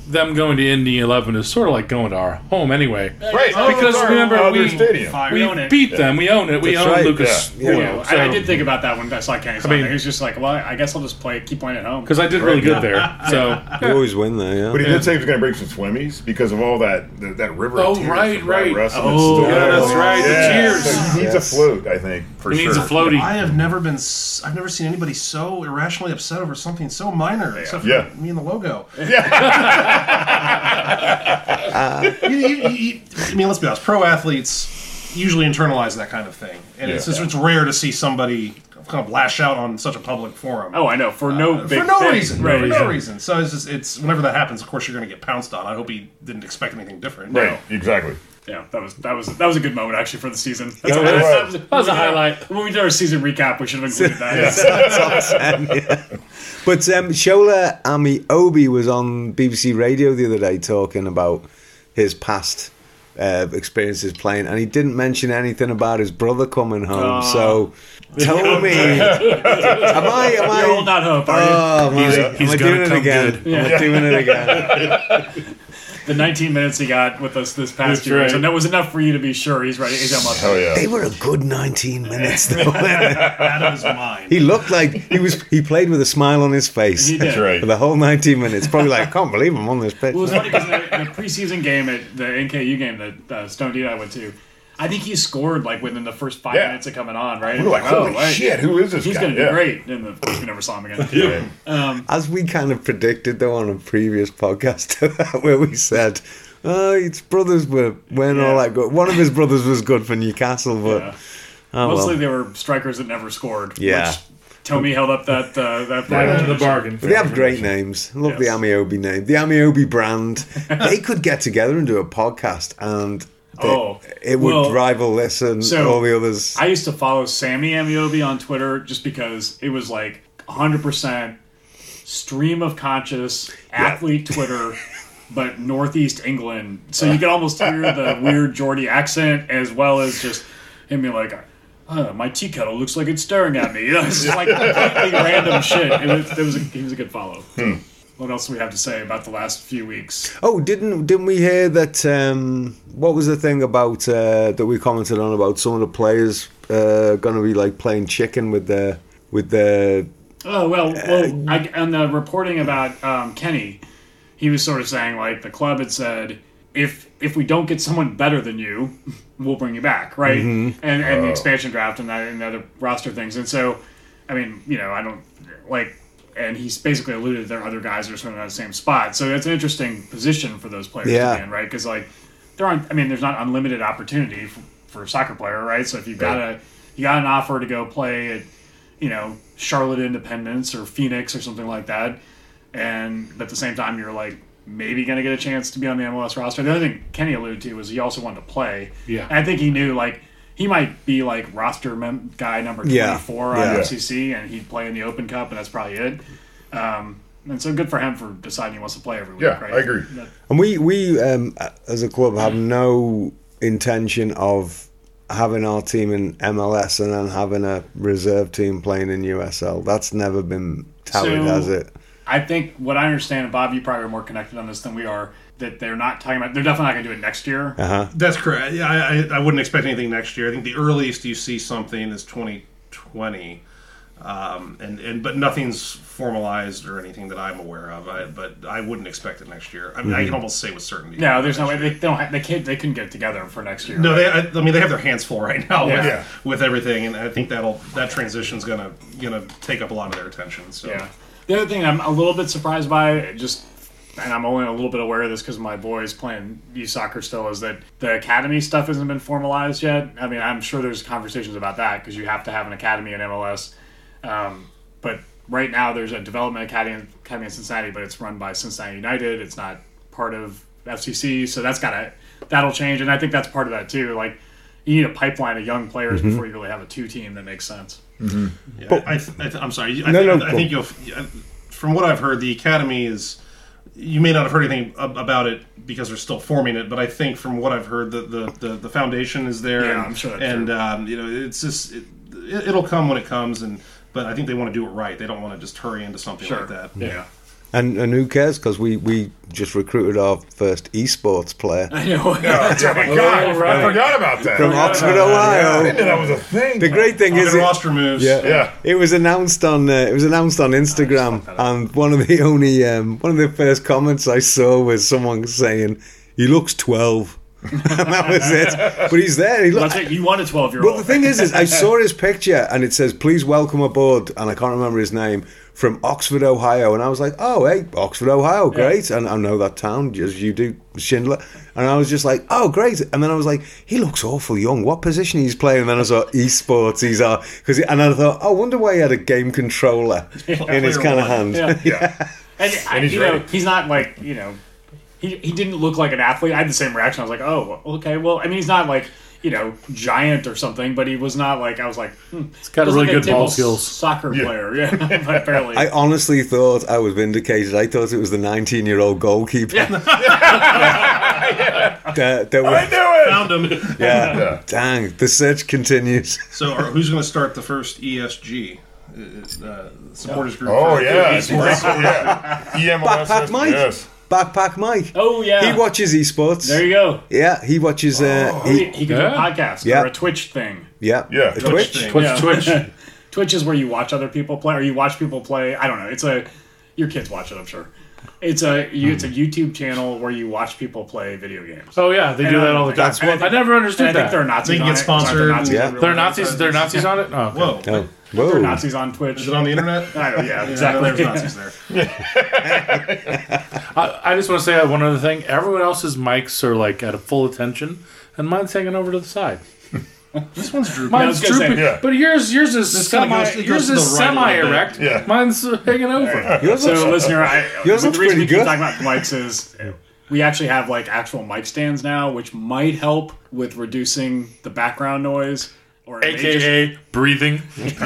them going to Indy Eleven is sort of like going to our home anyway.
Right.
Oh,
Because
it's our
remember,
other
we-
stadium.
Fire,
We
own it.
beat them. We own it. We
That's
own
right.
Lucas.
Yeah.
Oil.
Yeah.
I- I, did think about that when I saw Kenny. I
mean-
mean, he was just like, "Well, I guess I'll just play, keep playing at home."
because I did really good there. So
You always win there, yeah.
But he did say he was going to bring some swimmies because of all that that, that river.
Oh,
of tears
right,
from Brad
right.
Russell that's
Oh,
still
yeah,
there.
that's right, the
tears.
So he needs
Yes.
a float, I think. For
he
sure.
needs a
I
floaty.
have never been. s- I've never seen anybody so irrationally upset over something so minor, except for
Yeah.
me and
(laughs)
the logo.
Yeah.
(laughs) you, you, you, I mean, let's be honest. Pro athletes usually internalize that kind of thing, and it's
Yeah.
just, it's rare to see somebody kind of lash out on such a public forum.
Oh, I know for no big
for no
thing.
reason,
Right.
for no reason. So it's just it's whenever that happens, of course you're going to get pounced on. I hope he didn't expect anything different.
right. Exactly.
Yeah, that was that was that was a good moment actually for the season. That's
it was.
That was a highlight.
When we did our season recap, we should have
(laughs)
included that.
(laughs) But um, Shola Amiobi was on BBC Radio the other day talking about his past uh, experiences playing, and he didn't mention anything about his brother coming home.
Ah. (laughs)
so tell me, am I? Am I?
(laughs) You're all not hope, are you?
Uh,
oh, am I-
He's-
am
he's
I
gonna
doing it
come
again?
good.
Am I doing it
(laughs)
again?
the 19 minutes he got with us this past
That's
year,
right.
and that was enough for you to be sure he's ready. He's almost
Hell yeah.
They were a good 19 minutes. Though.
out of
(laughs)
his mind.
he looked like he was. He played with a smile on his face
He did.
That's right.
for the whole 19 minutes. Probably like, I can't believe I'm on this pitch.
Well, it was funny because the, the preseason game at the NKU game that uh, Stone D and I went to, I think he scored like within the first five
Yeah.
minutes of coming on, right?
We were like,
Oh,
holy
right.
shit, who is this
He's
guy?
going to be
Yeah.
great. And then we never saw him again.
As we kind of predicted, though, on a previous podcast, (laughs) where we said, oh, his brothers were, weren't all
Yeah.
that good. One of his brothers was good for Newcastle, but.
Yeah.
Oh,
Mostly
well.
they were strikers that never scored.
Yeah.
Which Tommy held up that uh, that
Right
flag.
into the bargain.
But they have great names. I love the
Yes.
Amiobi name. The
(laughs)
Amiobi brand. they could get together and do a podcast and they-
Oh,
it would
well,
rival this and
so
all the others.
I used to follow Sammy Amiobi on Twitter just because it was like 100% stream of conscious athlete Twitter, but Northeast England. So you could almost hear the weird Geordie accent as well as just him being like, "Huh, my tea kettle looks like it's staring at me. (laughs) You know, it's just like completely random shit. It was, it was a, he was a good follow. What else do we have to say about the last few weeks?
oh, didn't didn't we hear that? Um, what was the thing about uh, that we commented on about some of the players uh, going to be like playing chicken with their with their
Oh well, well, I, on the reporting about um, Kenny, he was sort of saying like the club had said if if we don't get someone better than you, (laughs) we'll bring you back, right? And and the expansion draft and that and the other roster things. And so, I mean, you know, I don't like. And he's basically alluded that there are other guys that are sort of in the same spot. So it's an interesting position for those players
Yeah.
to be in, right? Because like there aren't. I mean, there's not unlimited opportunity for, for a soccer player, right? So if you've got a you got an offer to go play at you know Charlotte Independence or Phoenix or something like that, and at the same time you're like maybe going to get a chance to be on the MLS roster. The other thing Kenny alluded to was he also wanted to play.
Yeah.
and I think he knew like he might be like roster mem- guy number
Yeah.
24
Yeah.
on FCC, and he'd play in the Open Cup, and that's probably it. Um, and so good for him for deciding he wants to play every week.
Yeah,
right?
I agree.
And we we um, as a club have no intention of having our team in MLS and then having a reserve team playing in USL. That's never been touted,
So-
has it?
I think what I understand, and Bob, you probably are more connected on this than we are. That they're not talking about. They're definitely not going to do it next year.
Uh-huh.
That's correct. Yeah, I, I, I wouldn't expect anything next year. I think the earliest you see something is 2020, um, and and but nothing's formalized or anything that I'm aware of. I, but I wouldn't expect it next year. I mean, I
Mm-hmm.
can almost say with certainty.
No, there's no way they, they don't. Have, they can't. They couldn't get it together for next year.
No, they. I, I mean, they have their hands full right now with,
Yeah.
with everything, and I think that'll that transition's gonna gonna take up a lot of their attention. So
Yeah. The other thing I'm a little bit surprised by, just, and I'm only a little bit aware of this because my boys playing youth soccer still, is that the academy stuff hasn't been formalized yet. I mean, I'm sure there's conversations about that because you have to have an academy in MLS. Um, but right now, there's a development academy, academy in Cincinnati, but it's run by Cincinnati United. It's not part of FCC, so that's gotta that'll change, and I think that's part of that too. Like, you need a pipeline of young players before you really have a two team that makes sense. (laughs)
Yeah, I th- I th- I'm sorry. I,
No,
think,
no,
I think you'll. From what I've heard, the academy is. You may not have heard anything ab- about it because they're still forming it, but I think from what I've heard, the the, the, the foundation is there.
Yeah,
and,
I'm sure that's
And um, you know, it's just it, it, it'll come when it comes, and but I think they want to do it right. They don't want to just hurry into something like that.
Yeah.
And and who cares? Because we, we just recruited our first esports player
I know. (laughs)
Oh my god, I forgot about that.
from Oxford, Ohio.
I didn't know that was a thing.
The great thing is,
Talking
it,
roster moves.
yeah,
Yeah.
it was announced on uh, it was announced on Instagram, and one of the only um, one of the first comments I saw was someone saying, "He looks 12. (laughs) and that was it. But he's there. He looks.
That's it. You want a 12 year old.
Well, the thing is, is I saw his picture and it says, "Please welcome aboard," and I can't remember his name from Oxford, Ohio, and I was like, "Oh, hey, Oxford, Ohio, great!" And I know that town as you do, Schindler. And I was just like, "Oh, great!" And then I was like, "He looks awful young. What position he's playing?" And then I saw esports. He's uh, because and I thought, "I wonder why he had a game controller in his kind of hand."
Yeah.
(laughs)
Yeah.
And, I,
he's
you know,
ready.
he's not like, you know, he, he didn't look like an athlete. I had the same reaction. I was like, oh, okay. Well, I mean, he's not like, you know, giant or something, but he was not like, I was like, hmm. He's
got really good ball skills.
Soccer player, yeah. (laughs) but apparently.
I honestly thought I was vindicated. I thought it was the 19-year-old goalkeeper. (laughs) that, that was-
I knew it.
Found them.
(laughs) yeah.
(laughs)
Yeah.
Dang, the search continues. (laughs)
So, are, who's going to start the first ESG uh, uh, supporters group?
Oh
for-
yeah,
for
(laughs)
it's great.
esports?
yeah. E EMLS,
Backpack Mike.
Yes.
Backpack Mike.
oh, yeah.
He watches esports.
there you go. Oh,
yeah, he watches. Uh,
He,
he,
he could do a
Yeah.
podcast
Yeah.
or a Twitch thing.
yeah,
Yeah.
a Twitch.
Twitch
thing.
Twitch,
Yeah.
Twitch.
Twitch is where you watch other people play, or you watch people play. I don't know. It's a. Your kids watch it, I'm sure. It's a you, it's a YouTube channel where you watch people play video games.
Oh yeah, they do
And
that
I-
all the time.
that's what-
I never understood
And I
that.
think there are Nazis
They
on
get
it. Sorry,
sponsored
There are Nazis,
Yeah.
in real
There are
life.
Nazis. There are Nazis on it. Oh, okay.
Whoa.
Oh,
There are
whoa.
Nazis on Twitch.
Is it on the internet?
I know, yeah,
(laughs) Yeah, I know
exactly.
there's Nazis there.
I, I just want to say uh, one other thing. Everyone else's mics are like at a full attention, and mine's hanging over to the side.
(laughs) This one's droopy.
I
Mine's
was gonna say,
drooping,
yeah.
but yours yours is
This kinda
semi
goes- it goes
yours
to the
is
right a little
semi erect.
bit.
Yeah.
Mine's uh, hanging
(laughs)
over.
Yours looks-
So, listener, I,
Yours
but
looks
the reason
pretty
we keep
good.
talking about mics is we actually have like actual mic stands now, which might help with reducing the background noise, or it may
AKA breathing.
just-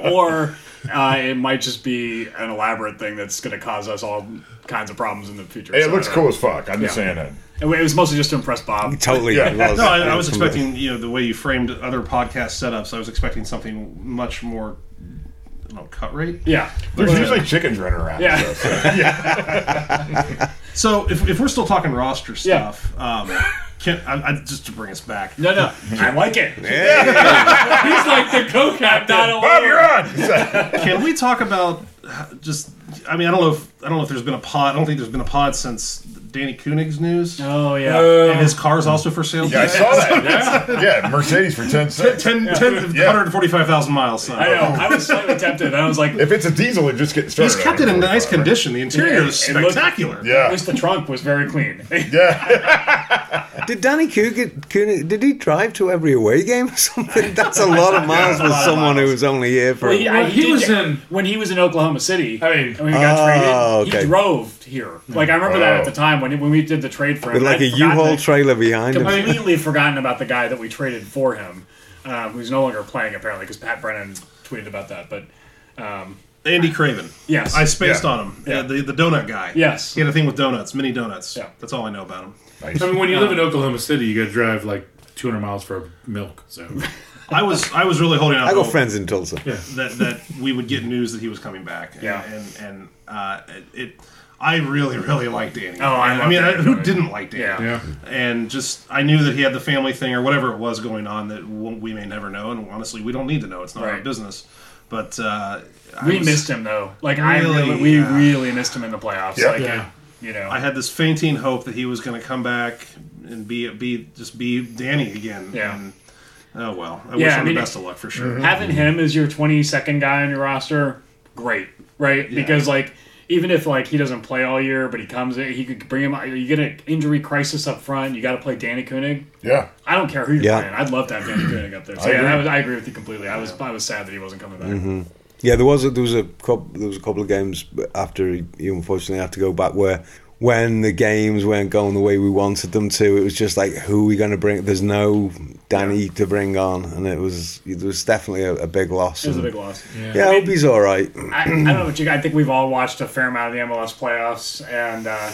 or uh, it might just be an elaborate thing that's going to cause us all kinds of problems in the future.
It
So,
looks
uh,
cool as fuck. I'm just saying that.
It was mostly just to impress Bob.
Totally.
Yeah.
was.
No, I, I was expecting you know the way you framed other podcast setups. I was expecting something much more, I don't know, cut rate.
Yeah,
There's usually chickens running around.
Yeah.
so- so, yeah.
So if, if we're still talking roster stuff, um, can, I, I, just to bring us back,
no, no, I like it. (laughs) He's like the co-captain.
Bob, you're on.
(laughs)
can we talk about uh, just? I mean, I don't know if I don't know if there's been a pod. I don't think there's been a pod since Danny Koenig's news,
Oh yeah.
and his car's also for sale.
Yeah, I
(laughs)
saw that. Yeah, Mercedes for ten cents.
10, 10
Yeah.
145,000 miles. Son.
I know. I was slightly
(laughs)
tempted. I was like,
If it's a diesel, it just gets started.
He's kept it in nice condition. The interior is
it looked-
spectacular.
at
Yeah.
least the trunk was very clean. (laughs)
Did Danny Coogan, Coogan- did he drive to every away game
(laughs)
or something? That's a lot of miles for
lot of
someone who was only here for.
Well, yeah,
Well, he
did
was
get-
in-
when he was in Oklahoma City.
I mean-
when he got
Oh,
traded,
okay. Oh.
he drove here. Like I remember that at the time when when we did the trade for him.
With like
a
a U-Haul trailer behind him.
completely forgotten about the guy that we traded for him, um, who's no longer playing apparently because Pat Brennan tweeted about that. But
Andy Craven.
Yes.
I spaced
Yeah.
on him.
Yeah.
Yeah. The, the donut guy.
Yes.
He had a thing with donuts, mini donuts.
Yeah.
That's all I know about him.
Nice.
I mean, when you live in Oklahoma City, you got to drive like 200 miles for milk. So
I was I was really holding out
I got
hope
friends in Tulsa.
that that we would get news that he was coming back. And,
Yeah.
And and uh, it, I really really liked Danny.
Oh, I
And,
love
mean,
Danny
I, who
Craven.
didn't like Danny?
Yeah.
yeah,
And just I knew that he had the family thing or whatever it was going on that w- we may never know, and honestly, we don't need to know. It's not our
Right.
business. But uh, I
we
was-
missed him though. Like I
Really,
really, we
yeah.
really missed him in the playoffs.
Yeah.
Like
Yeah.
it- you know,
I had this fainting hope that he was going to come back and be be just be Danny again.
Yeah.
And, oh well. I
Yeah, I
wish him
mean, Mm-hmm.
the best of luck for sure.
having him as your 22nd guy on your roster, great, right? Because like even if like he doesn't play all year, but he comes in, he could bring him. out. You get an injury crisis up front. You got to play Danny Koenig.
Yeah.
I don't care who you're
Yeah.
playing. I'd love to have Danny Koenig up there. So
I
I yeah,
agree.
I, was, I agree with you completely. I was I was sad that he wasn't coming back.
Mm-hmm. Yeah, there was a, there was a couple, there was a couple of games after he, he unfortunately had to go back where when the games weren't going the way we wanted them to, it was just like who are we going to bring? There's no Danny to bring on, and it was it was definitely a, a big loss.
It was a
and-
big loss.
yeah, I hope he's all right.
I, I don't know what you. I think we've all watched a fair amount of the MLS playoffs, and uh,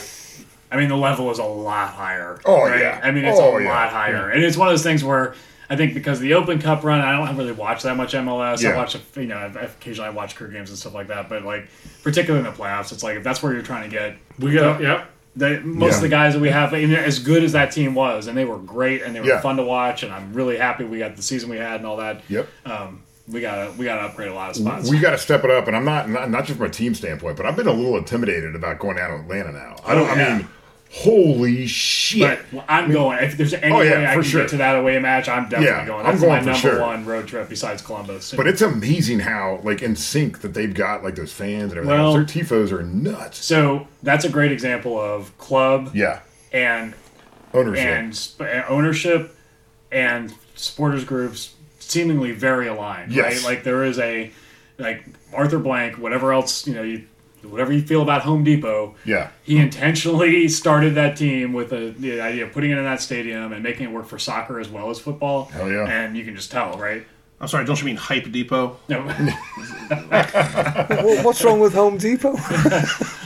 I mean the level is a lot higher.
Oh, yeah.
I mean it's
Oh,
a
yeah.
lot higher, and it's one of those things where I think because of the Open Cup run, I don't really watch that much MLS.
Yeah.
I watch, a, you know, I've- I've occasionally I watch career games and stuff like that, but like particularly in the playoffs, it's like if that's where you're trying to get.
we got yeah.
The, most of the guys that we have, and as good as that team was, and they were great, and they were
Yeah.
fun to watch, and I'm really happy we got the season we had and all that.
Yep.
Um, we gotta we gotta upgrade a lot of spots.
We got to step it up, and I'm not, not not just from a team standpoint, but I've been a little intimidated about going down to Atlanta now. I don't.
Oh, yeah.
I mean, holy shit!
But I'm going. If there's any
Oh, yeah,
way I
for
can
sure.
get to that away match, I'm definitely
Yeah,
going.
I'm
That's
going
my
for
number
sure.
one road trip besides Columbus.
But it's amazing how like in sync that they've got like those fans and everything.
Well-
else. Their tifos are nuts.
so that's a great example of club
Yeah,
and
ownership.
and sp- and ownership and supporters groups seemingly very aligned.
Yes.
Right? Like there is a like Arthur Blank, whatever else you know, you whatever you feel about Home Depot.
Yeah.
He intentionally (laughs) started that team with a, the idea of putting it in that stadium and making it work for soccer as well as football.
Hell yeah.
And you can just tell, right?
I'm sorry. Don't you mean Hype Depot?
(laughs)
No.
Wha- what's wrong with Home Depot?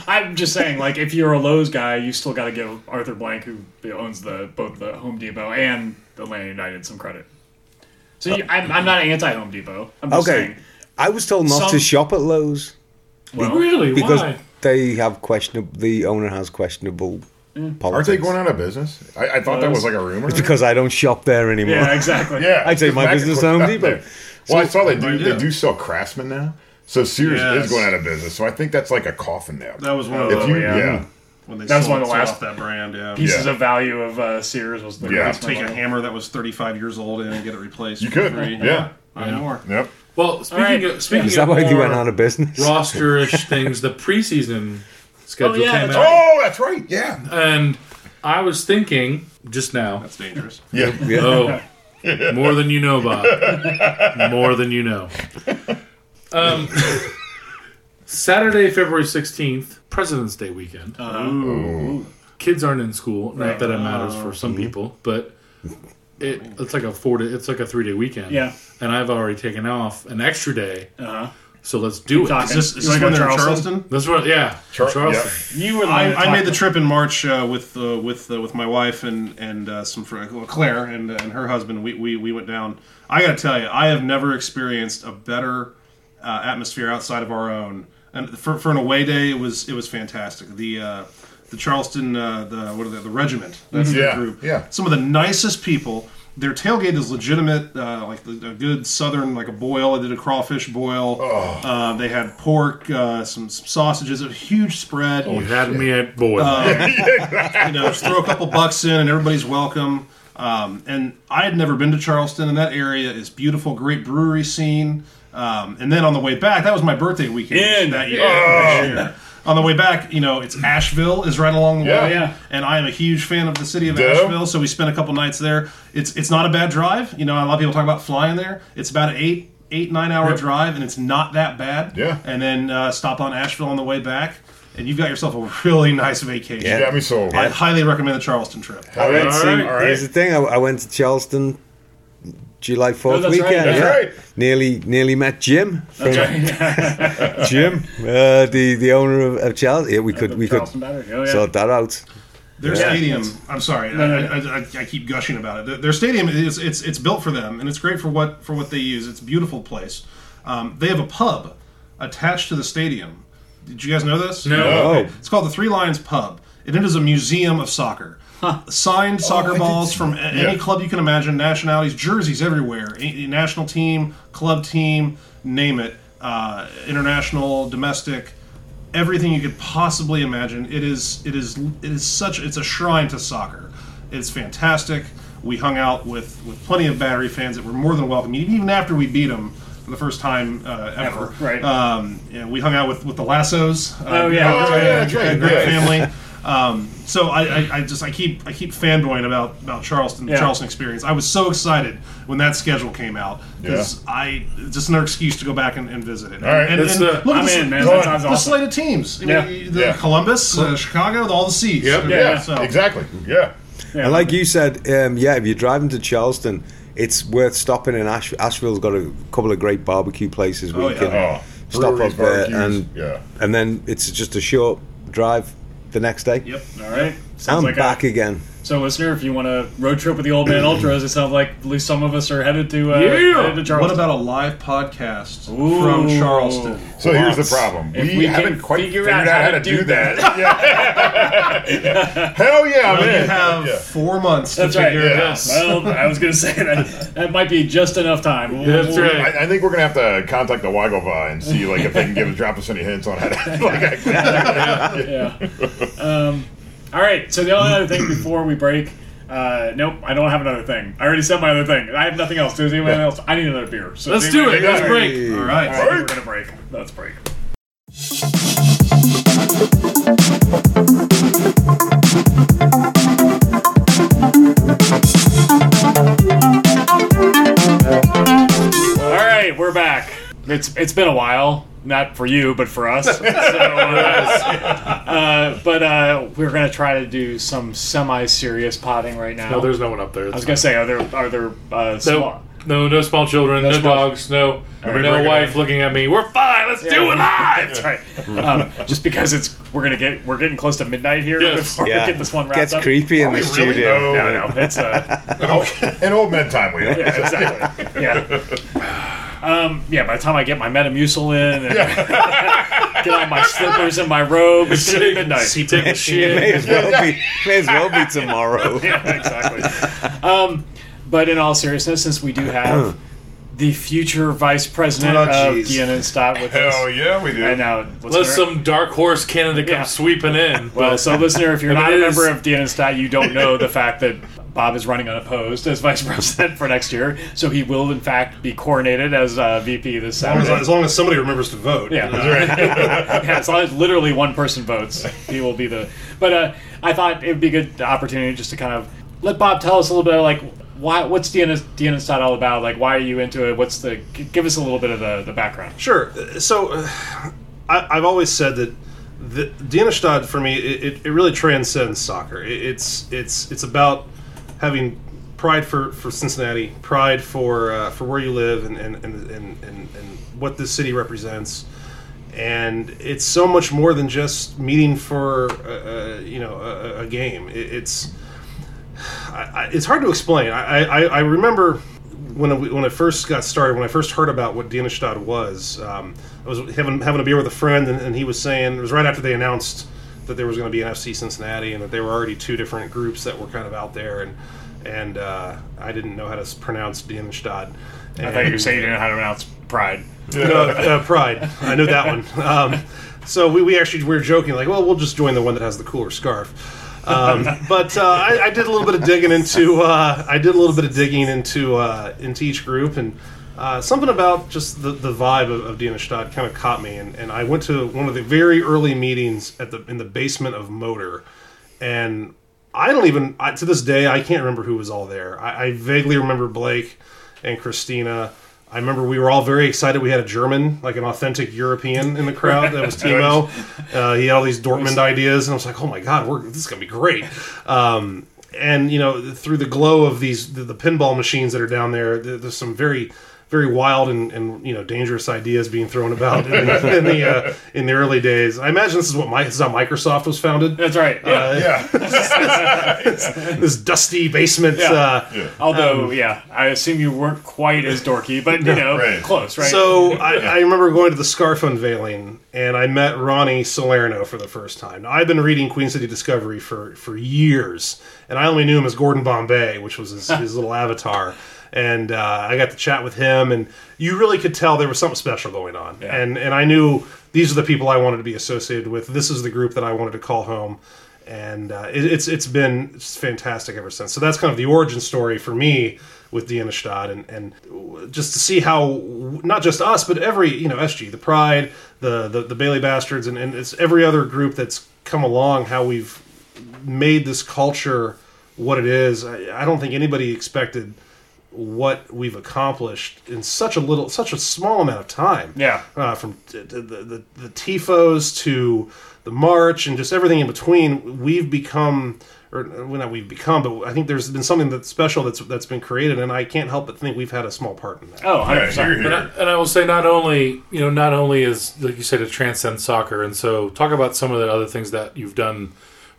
I'm just saying, like, if you're a Lowe's guy, you still got to give Arthur Blank, who owns the both the Home Depot and Atlanta United, some credit. So you, I'm, I'm not anti Home Depot. I'm just
Okay, (laughs) I was told not to
Some-
shop at Lowe's
saying. Well,
Really?
because
Why?
they have questionable. The owner has questionable
Aren't
Mm.
politics.
they going out of business? I, I thought that was like a rumor.
because I don't shop there anymore. (laughs)
Yeah, exactly.
yeah,
I take
because
my
Mac
business
is
to Home
out
Depot.
there. Well, I saw they do.
yeah.
They do sell Craftsman now. So Sears
Yes.
is going out of business. So I think that's like a coffin now.
That was one of
if
the
you,
yeah.
yeah.
when they
That was
sold,
one of the
sold
last
off that brand. Yeah,
Pieces
Yeah.
of value of uh, Sears was the
Yeah.
greatest
take a
one.
hammer that was 35 years old and get it replaced.
you
for
could,
free.
yeah,
Not anymore.
yep.
Well, speaking
right.
of speaking
Is that
of
why they
more
went out of
(laughs)
business?
rosterish things, the preseason schedule
Oh, yeah,
came
that's
out,
Oh, that's right. Yeah,
and I was thinking just now.
That's dangerous.
yeah.
Yeah.
(laughs) Oh, more than you know, Bob. More than you know. Um, Saturday, February 16th, President's Day weekend.
Uh-huh.
Kids aren't in school. Not that it matters for some people, but it, it's like a four day, it's like a three day weekend.
Yeah.
And I've already taken off an extra day. So let's do it.
Talking.
Is this,
You
is
wanna
this
go to
when they're in
Charleston?
Charleston?
That's what, yeah.
Char-
Charleston.
You were the one
I,
who
I made
talked
the trip in March uh, with uh, with uh, with my wife and and uh, some friend well, Claire and uh, and her husband. We, we we went down. I gotta tell you, I have never experienced a better uh, atmosphere outside of our own. And for, for an away day, it was it was fantastic. The uh, the Charleston uh, the what are they, the regiment that's
Mm-hmm. Yeah,
the group
yeah.
some of the nicest people. Their tailgate is legitimate, uh, like the- a good southern, like a boil. I did a crawfish boil.
Oh.
Uh, they had pork, uh, some, some sausages, a huge spread
Oh,
You had me at boy.
Uh,
you know, just throw a couple bucks in and everybody's welcome. Um, and I had never been to Charleston, and that area is beautiful, great brewery scene. Um, and then on the way back, that was my birthday weekend
In.
that year. Yeah. On the way back, you know, it's Asheville is right along the
Yeah.
way,
Yeah.
and I am a huge fan of the city of
Duh.
Asheville. So we spent a couple nights there. It's it's not a bad drive. You know, a lot of people talk about flying there. It's about an eight eight nine hour drive, and it's not that bad.
Yeah.
And then uh, stop on Asheville on the way back, and you've got yourself a really nice vacation.
You got me sold.
I highly recommend the Charleston trip.
All right,
All
see,
right.
all right.
Here's the thing. I, I went to Charleston July 4th
that's right,
weekend.
that's
yeah.
right.
Nearly nearly met Jim. From
about.
(laughs) Jim, uh, the, the owner of, of Charleston. Yeah, we could, we could
Charleston Battery. Oh, yeah.
sort that out.
Their
Yeah.
stadium. I'm sorry, I, I, I, I keep gushing about it. Their, their stadium is it's it's built for them, and it's great for what for what they use. It's a beautiful place. Um, they have a pub attached to the stadium. Did you guys know this?
No.
No.
It's called the Three Lions Pub, and it is a museum of soccer. Signed soccer balls from a- any club you can imagine, nationalities, jerseys everywhere, a- a national team, club team, name it, uh, international, domestic, everything you could possibly imagine. It is it is it is such it's a shrine to soccer. It's fantastic. We hung out with with plenty of Battery fans that were more than welcome, even after we beat them for the first time uh, ever.
Ever, right.
Um, yeah, we hung out with with the Lassos. uh,
Oh, yeah. Oh,
great-
yeah,
that's right.
a great
Yeah.
family. Um, so I, I, I just I keep I keep fanboying about about Charleston the
Yeah.
Charleston experience. I was so excited when that schedule came out because I it's just another excuse to go back and, and visit it.
All right.
and,
That's
and
the-
look at
I'm
the,
in, man.
the-
That sounds
the
awesome.
slate of teams. I mean,
Yeah.
the
Yeah.
Columbus, uh, Chicago, all the C's.
Yep.
Okay,
Yeah,
so-
exactly. Yeah.
And like you said, um, yeah, if you're driving to Charleston, it's worth stopping in Ash- Asheville's got a couple of great barbecue places where
Oh,
you
yeah.
can
Oh,
stop
breweries,
up there
barbecues,
and
yeah.
and then it's just a short drive the next day.
Yep.
All right. Sounds
I'm
like
back
A,
again.
so, listener, if you want to road trip with the old
(clears throat)
man ultras, it sounds like at least some of us are headed to uh,
Yeah.
headed to Charleston.
What about a live podcast
Ooh.
from Charleston?
So here's the problem.
If
We,
we can
haven't quite
figure
figured out, how to do, that. (laughs) Yeah. Hell yeah,
Well,
man.
you have
Yeah.
four months to
That's right.
figure it
yeah.
out.
Well, I was going to (laughs) say that that might be just enough time. We'll-
That's
we'll-
right.
I, I think we're gonna have to contact the Wagova and see like if they can give drop us any hints on how to. (laughs) Like,
Yeah. Um, all right. So the only other thing before we break. Uh, nope, I don't have another thing. I already said my other thing. I have nothing else. Does anyone else? I need another beer. So
Let's
does
do
anybody-
it. Let's
Yeah.
break.
All right.
All right, we're gonna break. Let's break. All right, we're back. It's it's been a while, not for you, but for us. (laughs) So, uh, uh, but uh, we're gonna try to do some semi-serious potting right now.
No, Oh, there's no one up there.
I was gonna say, are there are there uh,
No,
small-
no, no small children, no,
small-
dogs, no,
bring
no
it
wife
on.
looking at me. We're fine. Let's do it live.
(laughs) That's right. Um, just because it's we're gonna get we're getting close to midnight here
Yes.
before
Yeah.
we get this one wrapped
Gets
up. Oh,
creepy in the
we really
studio.
know.
No, no, it's uh,
An old, an old man time we
yeah, exactly. Yeah. Um, yeah. By the time I get my Metamucil in, and (laughs) get on my slippers and my robe, it's gonna be midnight.
He took
(laughs)
a
May
shit.
as well be may as well be tomorrow.
yeah, exactly. Um, but in all seriousness, since we do have the future vice president
Oh,
of
jeez.
DNN Stott with us.
Hell yeah, we do.
I know.
Unless
listener-
some dark horse Canada comes
Yeah.
sweeping in.
Well,
but
so listener, (laughs) if you're
If
not
it
a
is-
member of DNN Stott, you don't know the fact that Bob is running unopposed as vice (laughs) president for next year. So he will, in fact, be coronated as uh, VP this
As long as,
Saturday.
as long as somebody remembers to vote.
Yeah, (laughs) yeah, as long as literally one person votes, he will be the. But uh, I thought it would be a good opportunity just to kind of let Bob tell us a little bit, like why, what's DNN DNN Stott all about? Like, why are you into it? What's the? Give us a little bit of the, the background.
Sure. So, uh, I, I've always said that the Dienestad for me it, it, it really transcends soccer. It, it's it's it's about having pride for, for Cincinnati, pride for uh, for where you live, and and, and, and, and and what this city represents. And it's so much more than just meeting for uh, uh, you know a, a- a game. It, it's I, I- it's hard to explain. I, I, I remember when I, when I first got started, when I first heard about what Dienestad was, um, I was having having a beer with a friend, and, and he was saying it was right after they announced that there was going to be an FC Cincinnati, and that there were already two different groups that were kind of out there, and and uh, I didn't know how to s- pronounce Dienestad.
I thought you were saying you didn't know how to announce Pride.
(laughs) No, uh, Pride. I knew that one. Um, so we, we actually we were joking like, well, we'll just join the one that has the cooler scarf. Um, but uh, I, I did a little bit of digging into uh, I did a little bit of digging into uh, into each group and uh, something about just the, the vibe of, of Dienestad kind of caught me and, and I went to one of the very early meetings at the in the basement of Motor and I don't even I, to this day I can't remember who was all there. I, I vaguely remember Blake and Christina. I remember we were all very excited. We had a German, like an authentic European, in the crowd. That was Timo. Uh, he had all these Dortmund ideas, and I was like, "Oh my god, we're, this is gonna be great." Um, and you know, through the glow of these the, the pinball machines that are down there, there there's some very very wild and, and you know dangerous ideas being thrown about in the in the, uh, in the early days. I imagine this is what Mi- this is how Microsoft was
(laughs)
founded
That's right.
Uh,
Yeah.
yeah.
this dusty basement. Uh,
Yeah.
Although,
Um,
yeah, I assume you weren't quite as dorky,
(laughs)
but you know,
right.
close, right?
So I, I remember going to the scarf unveiling, and I met Ronnie Salerno for the first time. Now, I've been reading Queen City Discovery for for years, and I only knew him as Gordon Bombay, which was
(laughs)
his, his little avatar. And uh, I got to chat with him, and you really could tell there was something special going on. And and I knew these are the people I wanted to be associated with. This is the group that I wanted to call home. and uh, it, it's it's been fantastic ever since. So that's kind of the origin story for me with Dienestad, and and just to see how not just us, but every you know SG, the Pride, the the, the Bailey Bastards, and, and it's every other group that's come along, how we've made this culture what it is. I, I don't think anybody expected what we've accomplished in such a little, such a small amount of time
Yeah.
uh, from t- t- the, the the tifos to the march and just everything in between. We've become, or well, not we've become, but I think there's been something that's special that's that's been created, and I can't help but think we've had a small part in that.
oh, 100%.
Yeah, you're
And I,
here.
and I will say, not only you know, not only is like you said, it transcends soccer, and so talk about some of the other things that you've done,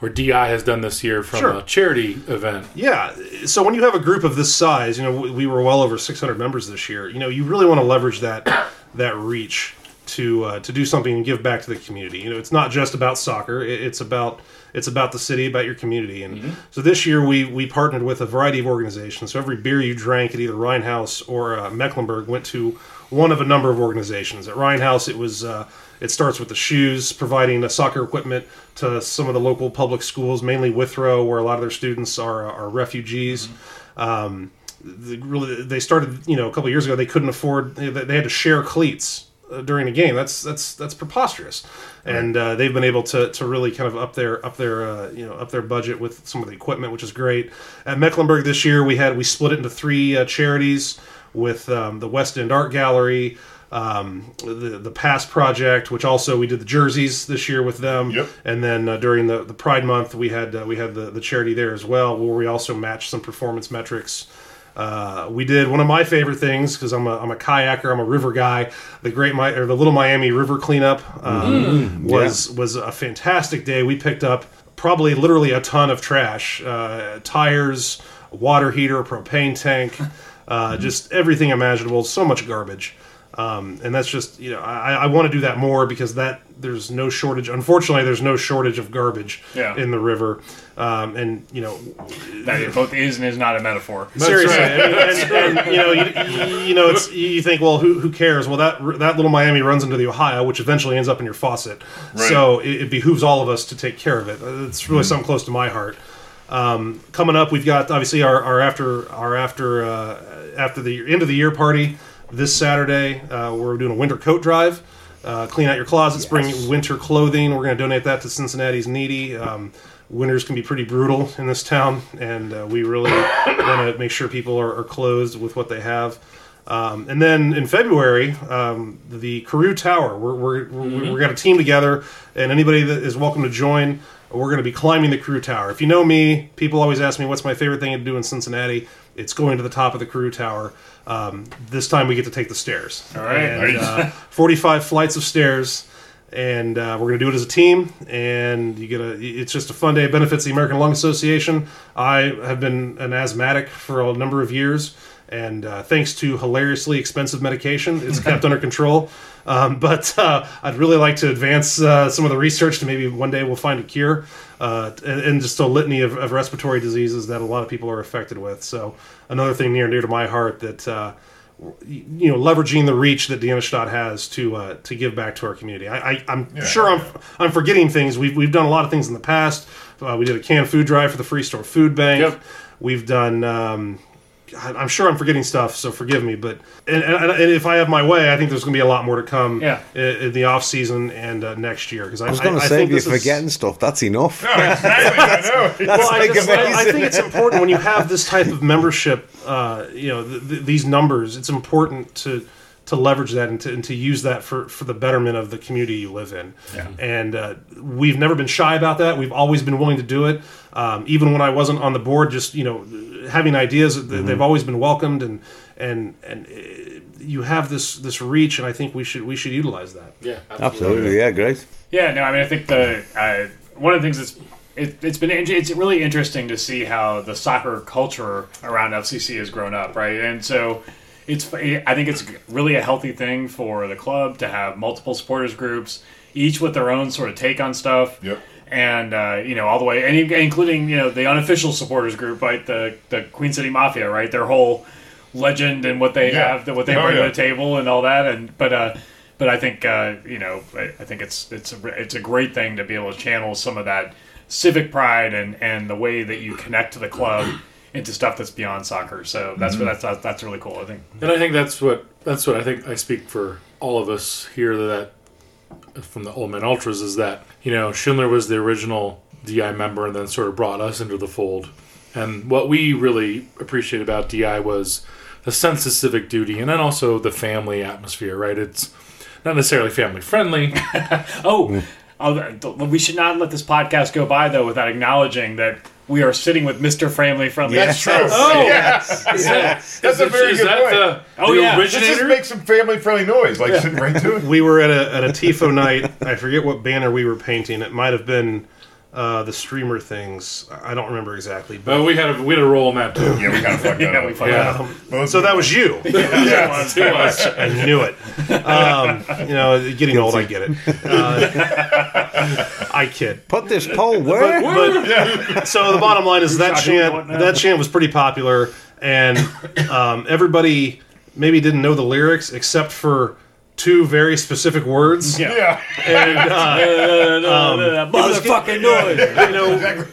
or Di has done this year from
Sure.
a charity event.
Yeah. So when you have a group of this size, you know, we- we were well over 600 members this year. You know, you really want to leverage that (coughs) that reach to uh, to do something and give back to the community. You know, it's not just about soccer. It, it's about it's about the city, about your community. And so this year we we partnered with a variety of organizations. So every beer you drank at either Rhinehouse or uh, Mecklenburg went to one of a number of organizations. At Rhinehouse, it was uh, it starts with the shoes, providing uh, soccer equipment to some of the local public schools, mainly Withrow, where a lot of their students are are refugees. Um, the, really, they started you know a couple years ago. They couldn't afford; they, they had to share cleats uh, during a game. That's that's that's preposterous. And uh, they've been able to, to really kind of up their up their uh, you know up their budget with some of the equipment, which is great. At Mecklenburg this year, we had we split it into three uh, charities with um, the West End Art Gallery, um, the the Pass Project, which also we did the jerseys this year with them.
Yep.
And then uh, during the, the Pride Month, we had uh, we had the, the charity there as well, where we also matched some performance metrics. Uh, we did one of my favorite things because I'm a, I'm a kayaker, I'm a river guy. The Great Mi- or the Little Miami River cleanup um, was was a fantastic day. We picked up probably literally a ton of trash, uh, tires, water heater, propane tank, uh, just everything imaginable. So much garbage. Um, and that's just you know I, I want to do that more because that there's no shortage. Unfortunately, there's no shortage of garbage
Yeah.
in the river, um, and you know
That both is and is not a metaphor. (laughs)
Seriously, I mean, and, and, you know, you, you know, it's you think, well, who, who cares? Well, that that little Miami runs into the Ohio, which eventually ends up in your faucet. So it, it behooves all of us to take care of it. Uh, It's really something close to my heart. Um, coming up, we've got obviously our, our after our after uh, after the end of the year party this Saturday. Uh, we're doing a winter coat drive. Uh, clean out your closets. Bring winter clothing. We're going to donate that to Cincinnati's needy. Um, winters can be pretty brutal in this town, and uh, we really (coughs) want to make sure people are, are closed with what they have. Um, and then in February, um, the Carew Tower. We're we're, we're, we're got a team together, and anybody that is welcome to join. We're going to be climbing the Crew Tower. If you know me, people always ask me what's my favorite thing to do in Cincinnati. It's going to the top of the Crew Tower. Um, this time we get to take the stairs. All
right.
and,
Nice.
uh, 45 flights of stairs and uh, we're going to do it as a team and you get a it's just a fun day it benefits the american lung association i have been an asthmatic for a number of years and uh, thanks to hilariously expensive medication it's kept under control um, but uh, i'd really like to advance uh, some of the research to maybe one day we'll find a cure uh, and, and just a litany of, of respiratory diseases that a lot of people are affected with so another thing near and dear to my heart that uh, you know leveraging the reach that Dianstadt has to uh, to give back to our community. I, I, I'm sure I'm I'm forgetting things. We've we've done a lot of things in the past. Uh, we did a canned food drive for the Free Store Food Bank.
Yep.
We've done. Um, I- I'm sure I'm forgetting stuff, so forgive me. But and, and, and if I have my way, I think there's going to be a lot more to come
Yeah.
i- in, the off season and uh, next year. Because
(laughs)
I,
I was going to
I
say, if
think
you're
this is-
forgetting stuff, (laughs) that's enough.
exactly. (laughs) I know.
well, I,
like
just, I, I
amazing.
think it's important when you have this type of membership. Uh, you know, th- th- these numbers. It's important to to leverage that and to, and to use that for, for the betterment of the community you live in. And uh, we've never been shy about that. We've always been willing to do it. Um, even when I wasn't on the board, just you know, having ideas, th- they've always been welcomed. And and and uh, you have this this reach, and I think we should we should utilize that.
Yeah,
Absolutely, yeah, great.
Yeah, no, I mean, I think the uh, one of the things that's it, it's been in- it's really interesting to see how the soccer culture around FCC has grown up, right? And so it's I think it's really a healthy thing for the club to have multiple supporters groups, each with their own sort of take on stuff.
Yep.
And uh, you know all the way, and including you know the unofficial supporters group, right? The the Queen City Mafia, right? Their whole legend and what they
Yeah.
have, what they
Oh,
bring
yeah.
to the table and all that. And but uh, but I think uh, you know I, I think it's it's a, it's a great thing to be able to channel some of that civic pride and and the way that you connect to the club
(coughs)
into stuff that's beyond soccer. So that's
Mm-hmm.
what that's that's really cool. I think.
And I think that's what that's what I think I speak for all of us here that from the Old Man Ultras is that you know Schindler was the original DI member and then sort of brought us into the fold. And what we really appreciate about DI was the sense of civic duty and then also the family atmosphere. Right? It's not necessarily family friendly.
(laughs)
Oh, I'll- we should not let this podcast go by though without acknowledging that. We are sitting with Mr. Family Friendly.
That's
(laughs) true.
Oh,
Yes. Yes. That's a very
is
good
that
point.
the,
Oh,
the
yeah. Let's
Let's just
originator?
make some family-friendly noise, like sitting right to it.
we were at a, at a tifo night. I forget what banner we were painting. It might have been uh, the streamer things. I don't remember exactly. But um,
Oh, we had a we had a role in that
(laughs)
too.
Yeah, we kind of
(laughs)
fucked that
Yeah,
up.
we fucked
Yeah.
up.
Well, let's-
so that was you.
Too much.
I knew it. Um, you know, getting old, I get it. Uh, I kid.
Put this poll where?
But so the bottom line is that
shocking
chant
what now?
that chant was pretty popular, and um, everybody maybe didn't know the lyrics except for two very specific words.
yeah.
And, uh,
(laughs)
(laughs) Um,
Motherfucking noise.
you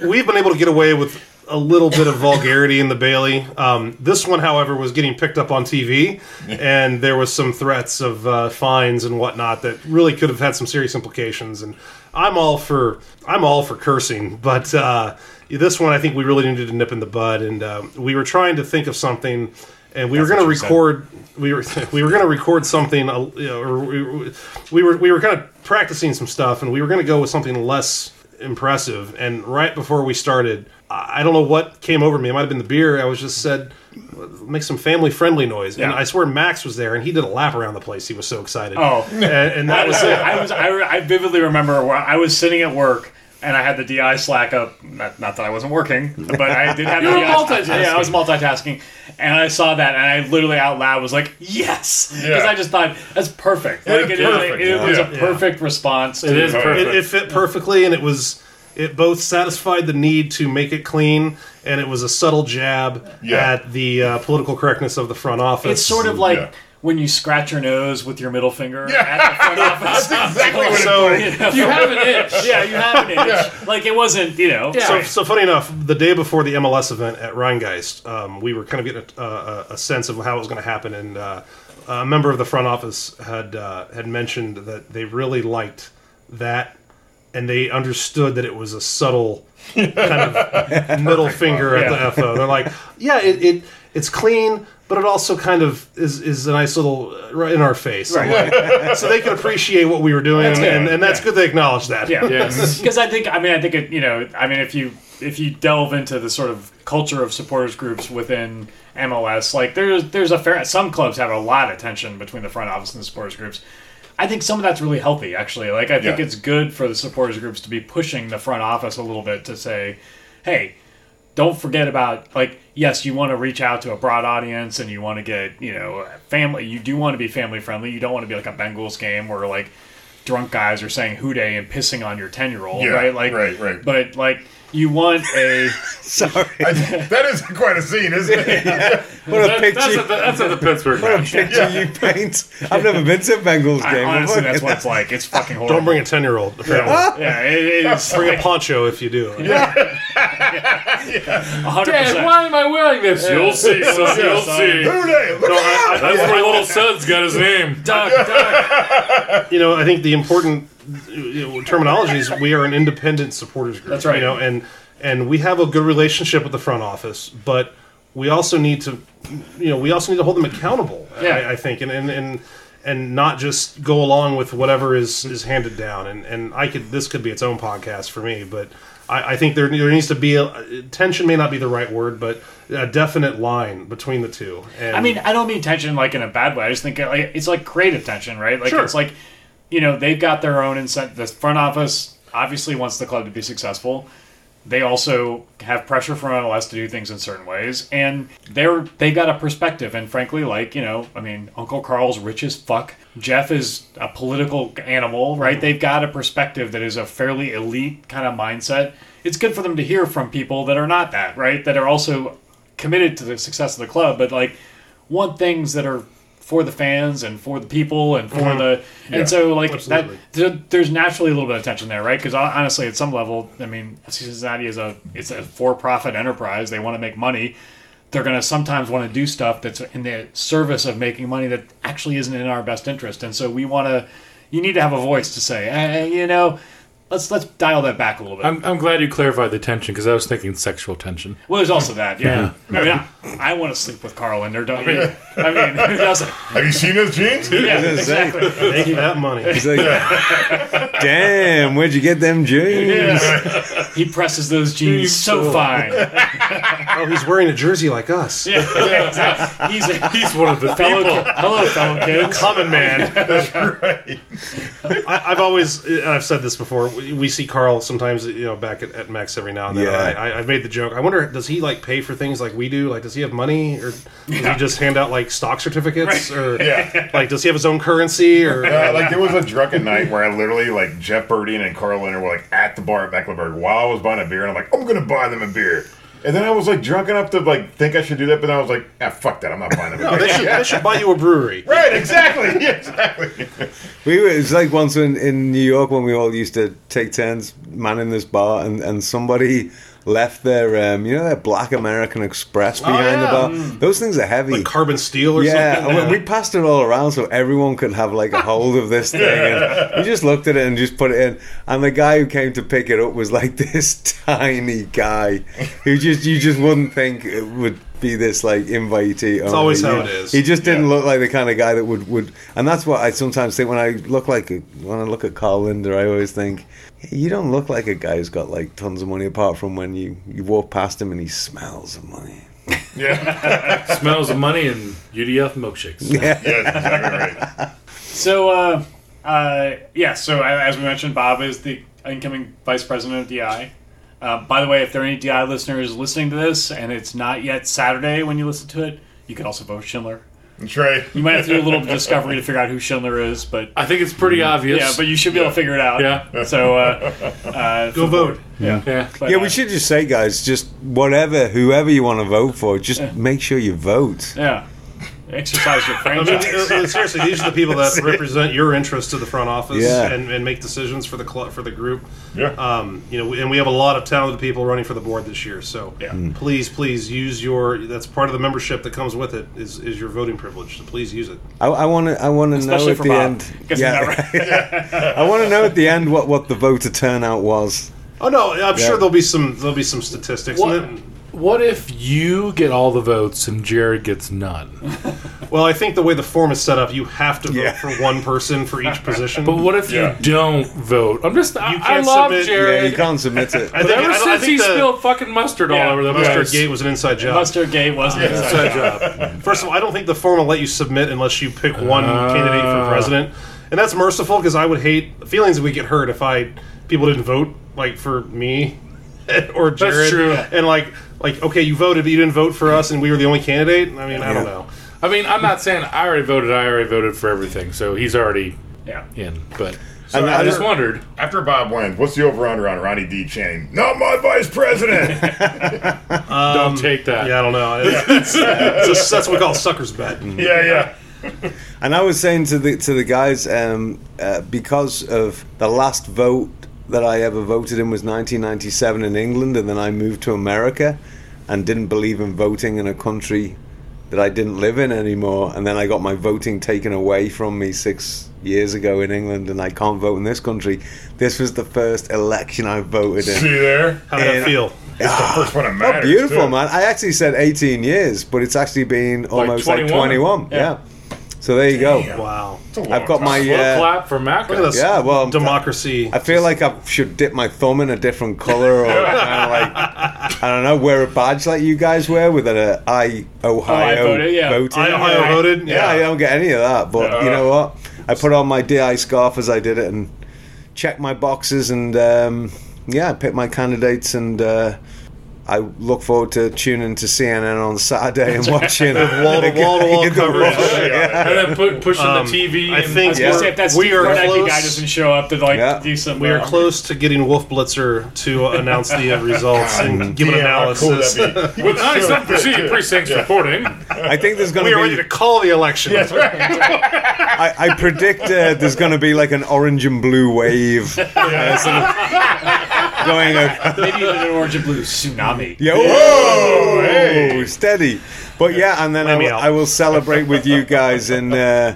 know, we've been able to get away with a little bit of vulgarity in the Bailey. Um, this one, however, was getting picked up on TV, and there was some threats of uh, fines and whatnot that really could have had some serious implications. And I'm all for I'm all for cursing, but uh, this one I think we really needed to nip in the bud. And um, we were trying to think of something. And we were going to
what she said.
record. We were (laughs) we were going to record something. uh, You know, or we, we were we were kind of practicing some stuff, and we were going to go with something less impressive. And right before we started, I I don't know what came over me. It might have been the beer. I was just said, make some family friendly noise. And
Yeah.
I swear Max was there, and he did a lap around the place. He was so excited.
Oh.
(laughs) and, and that
(laughs)
was it.
I was I, re- I vividly remember where I was sitting at work and I had the DI Slack up. Not, not that I wasn't working, but I did have. you the
were
DI Slack.
multitasking.
Yeah, I was multitasking, and I saw that, and I literally out loud was like, "Yes!" because
Yeah.
I just thought that's perfect.
Yeah,
Like it, is-
perfect.
it was
Yeah.
a perfect response.
It is perfect.
It, it fit perfectly, and it was it both satisfied the need to make it clean, and it was a subtle jab
Yeah.
at the uh, political correctness of the front office.
It's sort of like
yeah.
when you scratch your nose with your middle finger at the front office.
exactly what it
So-
was.
(laughs) You, know, have an itch. Yeah, you have an itch. Like it wasn't, you know.
So, so funny enough, the day before the MLS event at Rheingeist, um, we were kind of getting a, a, a sense of how it was going to happen, and uh, a member of the front office had uh, had mentioned that they really liked that, and they understood that it was a subtle
(laughs)
kind of middle finger at the FO. They're like, yeah, it, it it's clean. But it also kind of is, is a nice little uh, right in our face, I'm like- so they can appreciate what we were doing,
That's good.
and, and that's good. They acknowledge that.
Yeah, (laughs) because I think I mean I think it you know I mean if you if you delve into the sort of culture of supporters groups within MLS, like there's there's a fair some clubs have a lot of tension between the front office and the supporters groups. I think some of that's really healthy actually. Like I think
Yeah.
it's good for the supporters groups to be pushing the front office a little bit to say, hey. Don't forget about like yes, you want to reach out to a broad audience and you want to get you know family. You do want to be family friendly. You don't want to be like a Bengals game where like drunk guys are saying "hoo day" and pissing on your 10 year old,
Yeah,
right? Like,
right, right.
But, like, you want a.
Sorry.
(laughs)
I- that is quite a scene, isn't it?
What
That-
a
that's, at
picture.
the, that's at the Pittsburgh match.
Picture you paint. I've never been to a Bengals
I-
game.
honestly, that's
(laughs)
what it's like. It's fucking horrible.
Don't bring a ten year old.
Yeah, it it
(laughs)
is.
Bring a poncho if you do.
100%.
Dad, why am I wearing this? You'll see, son. You'll see.
Who did? Look at
That's where my little son's got his name.
Duck, duck.
You know, I think the important you know, terminology is we are an independent supporters group.
That's right.
You know, and and we have a good relationship with the front office, but we also need to, you know, we also need to hold them accountable.
Yeah.
I, I think, and and and and not just go along with whatever is is handed down. And and I could this could be its own podcast for me, but. I, I think there, there needs to be a, tension may not be the right word, but a definite line between the two. And
I mean, I don't mean tension, like, in a bad way. I just think like, it's like creative tension, right? Like,
Sure.
it's like, you know, they've got their own incentive. The front office obviously wants the club to be successful. They also have pressure from MLS to do things in certain ways, and they're they got a perspective. And frankly, like you know, I mean, Uncle Carl's rich as fuck. Jeff is a political animal,
Mm-hmm.
right? They've got a perspective that is a fairly elite kind of mindset. It's good for them to hear from people that are not that, right? That are also committed to the success of the club, but like want things that are for the fans and for the people and for the and so like
absolutely.
that there, there's naturally a little bit of tension there right because honestly at some level i mean cincinnati is a it's a for-profit enterprise they want to make money they're going to sometimes want to do stuff that's in the service of making money that actually isn't in our best interest and so we want to you need to have a voice to say eh, eh, you know let's let's dial that back a little bit
(laughs) I'm, I'm glad you clarified the tension because I was thinking sexual tension.
well there's also that yeah, i mean i, I want to sleep with carl in there don't you i mean (laughs) who doesn't
Have you seen those jeans?
yeah
gonna say.
exactly
make that money.
It's like, Damn, where'd you get them jeans?
He presses those jeans so fine.
Oh, he's wearing a jersey like us.
He's a
He's one of the
fellow. ki- Hello, fellow kids. Common
(laughs)
man.
I, I've always, and I've said this before. We, we see Carl sometimes, you know, back at, at Max every now and then.
Yeah.
and I, I, I've made the joke. I wonder, does he like pay for things like we do? Like, does he have money, or does he just hand out like stock certificates, or
Yeah.
like does he have his own currency, (laughs) or
Uh, like there was a drunken night where I literally like Jeff Burdian and Carl Leonard were like at the bar at Mecklenburg while I was buying a beer, and I'm like, I'm gonna buy them a beer. And then I was like drunk enough to like think I should do that, but then I was like, ah, fuck that, I'm not buying them. A
No,
beer.
they should, they should buy you a brewery.
(laughs) Right, exactly, (laughs) yeah, exactly.
We were, it was like once when, in New York when we all used to take turns manning this bar, and, and somebody left their, um, you know, their black American Express behind
Oh, yeah. Mm.
the bar. Those things are heavy.
Like carbon steel or
yeah,
something.
and we we passed it all around so everyone could have like a hold of this thing. And we just looked at it and just put it in. And the guy who came to pick it up was like (laughs) this tiny guy who just you just wouldn't think it would be this like invitee. It's
always how it is.
He just didn't look like the kind of guy that would would. And that's what I sometimes think when I look like a, when I look at Carl Linder, I always think. You don't look like a guy who's got like tons of money, apart from when you, you walk past him and he smells of money.
Smells of money and UDF milkshakes.
Yes, exactly right.
So, uh, uh, yeah. So a- as we mentioned, Bob is the incoming vice president of DI. Uh, by the way, if there are any DI listeners listening to this and it's not yet Saturday when you listen to it, You could also vote Schindler.
Trey.
You might have to do a little discovery to figure out who Schindler is, but
(laughs) I think it's pretty obvious.
yeah, but you should be able to figure it out.
Yeah.
So uh, uh,
Go vote.
Yeah.
yeah.
But,
Yeah,
uh,
we should just say, guys, just whatever, whoever you want to vote for, just make sure you vote.
Yeah. Exercise your
I mean,
franchise.
uh, uh, (laughs) seriously, these are the people (laughs) that represent your interests to the front office
Yeah.
and, and make decisions for the club for the group.
Yeah.
Um, you know, and we have a lot of talented people running for the board this year. So
Yeah.
Hmm.
Mm.
please, please use your. That's part of the membership that comes with it is is your voting privilege. So please use it.
I want to. I want to know
Especially
at
for
the
Bob.
end.
(laughs) 'cause
Yeah,
he's not right.
I want to know at the end what what the voter turnout was.
Oh no, I'm
Yeah.
sure there'll be some there'll be some statistics.
What-
And then-
What if you get all the votes and Jared gets none?
well, I think the way the form is set up, you have to vote
Yeah.
for one person for each position.
(laughs) But what if
Yeah.
you don't vote? I'm just. I,
You
I
can't
love
submit-
Yeah, you
Jared.
can't submit
(laughs)
it.
but
I think-
ever
I don't- I
since
think
he
the
spilled fucking mustard
Yeah,
all over the
Mustard
place.
Gate was an inside job.
Mustard Gate wasn't it?
Side job. First of all, I don't think the form will let you submit unless you pick one candidate for president, and that's merciful because I would hate feelings would get hurt if I people didn't vote like for me (laughs) or Jared.
true.
And like like okay, you voted, but you didn't vote for us, and we were the only candidate. I mean, I don't know.
I mean, I'm not saying I already voted. I already voted for everything, so he's already
Yeah.
in. But
So
I
after-
just wondered.
After Bob wins, what's the over under on Ronnie D. Channing? Not my vice (laughs) president.
don't take that.
Yeah, I don't know. It's, it's a- that's what we call sucker's bet.
yeah, yeah.
And I was saying to the to the guys um, uh, because of the last vote that I ever voted in was 1997 in England, and then I moved to America and didn't believe in voting in a country that I didn't live in anymore, and then I got my voting taken away from me six years ago in England, and I can't vote in this country. This was the first election I voted in.
See there?
How did
And-
that feel?
It's the first one that
Oh,
matters.
beautiful,
too.
man. I actually said 18 years, but it's actually been almost like
21.
21. Yeah. So there you go.
Wow.
It's a long
I've got my.
time.
What a
Uh,
clap for Mac.
Look at this
Yeah, well,
democracy.
I feel like I should dip my thumb in a different color, or kind of like I don't know, wear a badge like you guys wear with an uh, I
Oh,
Ohio
voted, yeah.
voting.
I, Ohio voted.
Yeah, I don't get any of that. But you know what? I put on my DI scarf as I did it and checked my boxes and um, yeah, I picked my candidates and uh, I look forward to tuning to CNN on Saturday and watching
Wall
(laughs)
to wall to wall
the
coverage.
wall-
Yeah.
And then put, pushing the TV.
Um, I
and-
think
I was gonna say,
we're-
if that's
we are
Kornacki guy
close.
doesn't show up to like
Yeah.
do some.
We are
uh,
close to getting Wolf Blitzer
(laughs)
to announce the uh, results and give an
Damn, how cool
analysis.
that'd be.
(laughs)
He
With
would show
97
up there,
percent
too.
precincts reporting.
I think there's going
we are
to
ready
be.
to call the
(laughs)
election.
I, I predict uh, there's going to be like an orange and blue wave uh, sort of going.
(laughs)
Over.
Maybe even an orange and blue tsunami.
Yeah, whoa, steady. But yeah, and then I
me
will-
out.
I will celebrate with you guys and. Uh,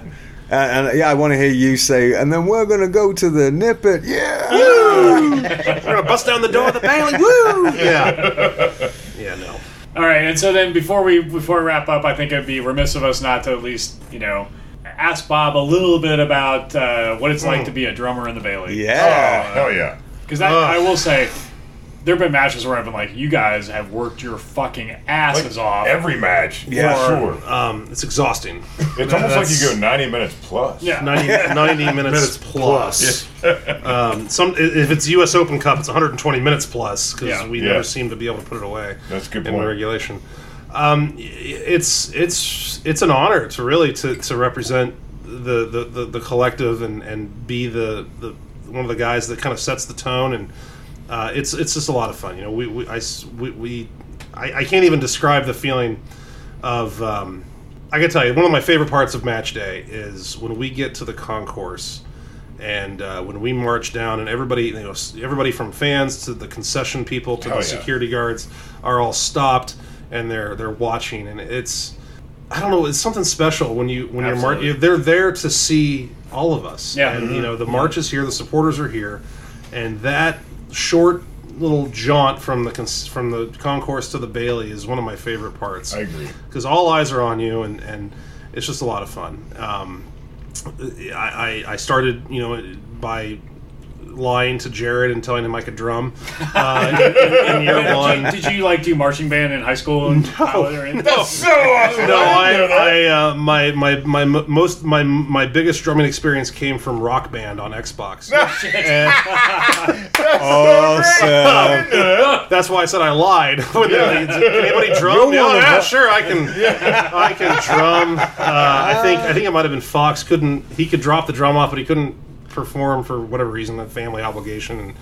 uh, and yeah, I want to hear you say, and then we're gonna go to the nippet. Yeah,
We're gonna bust down the door of the bank.
(laughs)
woo!
Yeah. Yeah. No.
All right, and so then before we before we wrap up, I think it'd be remiss of us not to at least you know ask Bob a little bit about uh, what it's like to be a drummer in the Bailey.
Yeah,
Oh, hell yeah.
because I will say there have been matches where I've been like, you guys have worked your fucking asses off.
Every match. Yeah.
Yeah.
sure.
Um, it's exhausting.
It's almost like
that's-
you go 90 minutes plus.
yeah.
90, 90 minutes, plus. Um, some if it's U.S. Open Cup, it's 120 minutes plus because
Yeah.
we
Yeah.
never seem to be able to put it away.
That's a good
in
point.
regulation. Um, y- it's it's it's an honor to really to, to represent the, the, the, the collective and, and be the, the one of the guys that kind of sets the tone and uh, it's it's just a lot of fun. You know, we we I s- we, we I, I can't even describe the feeling of um, I can tell you one of my favorite parts of match day is when we get to the concourse and uh, when we march down and everybody you know s- everybody from fans to the concession people to
Hell
the
yeah.
security guards are all stopped and they're they're watching and it's I don't know it's something special when you when
Absolutely.
you're mar- they're there to see all of us
Yeah.
and,
Mm-hmm.
you know the march is here the supporters are here and that short little jaunt from the cons- from the concourse to the Bailey is one of my favorite parts
I agree.
because all eyes are on you, and, and it's just a lot of fun. Um, I, I, I started, you know, by lying to Jared and telling him I could drum uh, in, in year one.
(laughs) Did you like do marching band in high school? And no.
So awesome.
No, I, I uh, my, my my mo- most my my biggest drumming experience came from Rock Band
(laughs)
on Xbox. And- Oh,
Awesome.
That's why I said I lied. (laughs) When they- can anybody drum?
You're one
Yeah,
of
yeah,
us.
sure, I can. I can drum. Uh, I think I think it might have been Fox. Couldn't he could drop the drum off, but he couldn't perform for whatever reason, a family obligation. And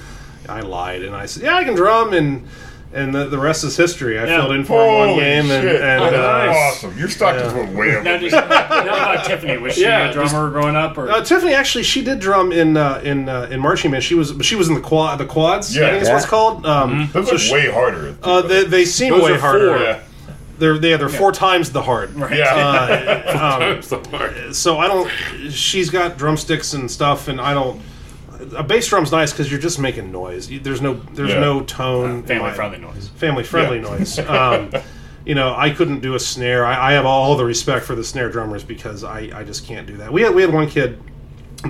I lied, and I said, "Yeah, I can drum," and and the, the rest is history. I
Yeah.
filled in for him one game, and,
shit.
and uh,
That's awesome. Your stockings went way up.
Now just now about Tiffany. Was she
Yeah,
a drummer growing up? Or
Uh, Tiffany actually, she did drum in uh, in uh, in marching band. She was but she was in the quad the quads. I
Yeah. Mm-hmm.
think that's what it's
Yeah.
called. Um,
Those are way harder.
uh, they, they seem
Those
way
are
harder.
four.
yeah.
They're they, they're four times the hard.
Right.
Yeah.
So I don't. She's got drumsticks and stuff, and I don't. A bass drum's nice because you're just making noise. You- There's no there's
Yeah.
no tone. in
Uh, family
my-
friendly noise.
family friendly
Yeah. (laughs)
noise. Um, you know, I couldn't do a snare. I, I have all the respect for the snare drummers because I, I just can't do that. We had we had one kid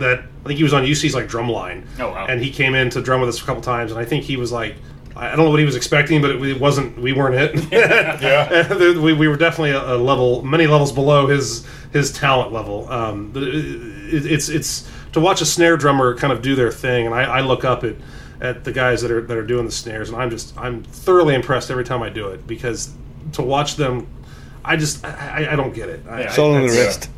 that I think he was on UC's like drum line.
Oh, wow.
And he came in to drum with us a couple times, and I think he was like. I I don't know what he was expecting, but it, it wasn't. We weren't (laughs) it.
Yeah.
we, we were definitely a, a level, many levels below his his talent level. Um, the- it, it's it's to watch a snare drummer kind of do their thing, and I, I look up at at the guys that are that are doing the snares, and I'm just I'm thoroughly impressed every time I do it because to watch them, I just I, I- I don't get it. I,
Yeah.
It's all
I,
in the
that's-
wrist.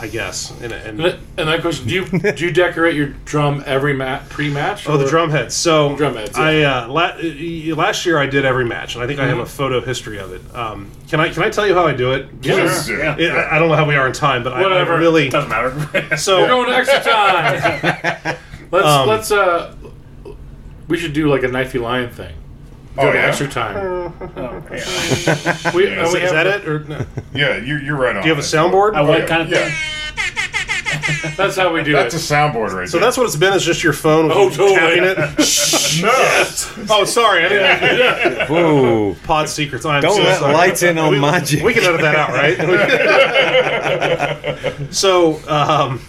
I guess. And, and
And that question: Do you do you decorate your drum every mat pre-match?
Oh, the
or-
drum heads. So
Drum heads, yeah. Mm-hmm.
I uh, la- uh, last year I did every match, and I think I have a photo history of it. Um, can I can I tell you how I do it?
Please do.
Yeah.
It- I, I don't know how we are in time, but I-
Whatever.
I really
Doesn't
(laughs)
matter.
We're
so
going to extra time.
(laughs)
let's
Um,
let's uh, we should do like a knifey lion thing. Go
Oh,
to
yeah?
extra time.
Oh, yeah.
We,
Yeah.
and
is,
we
is
have-
that it? Or no? do
Yeah, you're, you're right on.
you have a
that.
soundboard?
I
Oh,
want
yeah.
kind of
Yeah.
That's how we do
That's a
it.
soundboard right
so
there.
that's what it's been. It's just your phone. with
Oh,
you
totally.
tapping (laughs) it.
No.
oh, sorry. I didn't
Whoa.
pod secrets. I'm
Don't
so
let
sorry.
light in on
we,
magic.
We can edit that out,
(laughs)
right? so um,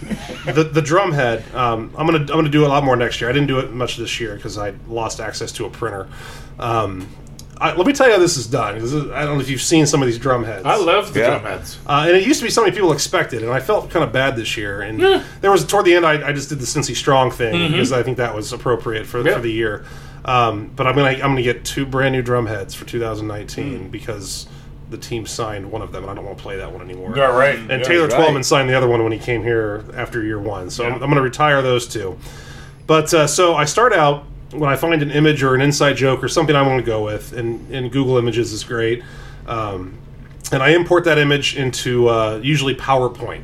the the drum head. Um, I'm gonna I'm gonna do a lot more next year. I didn't do it much this year because I lost access to a printer. Um, I, let me tell you how this is done. This is- I don't know if you've seen some of these drum heads.
I love the
Yeah.
drum heads.
Uh, and it used to be something people expected, and I felt kind of bad this year. And there was toward the end, I, I just did the Cincy Strong thing because I think that was appropriate for,
Yeah.
for the year. Um, but I'm gonna I'm gonna get two brand new drum heads for 2019 because the team signed one of them, and I don't want to play that one anymore.
All right.
And
Yeah.
Taylor
right.
Twelman signed the other one when he came here after year one. So I'm, I'm going to retire those two. But uh, so I start out when I find an image or an inside joke or something I want to go with, and, and Google Images is great. Um, and I import that image into uh, usually PowerPoint.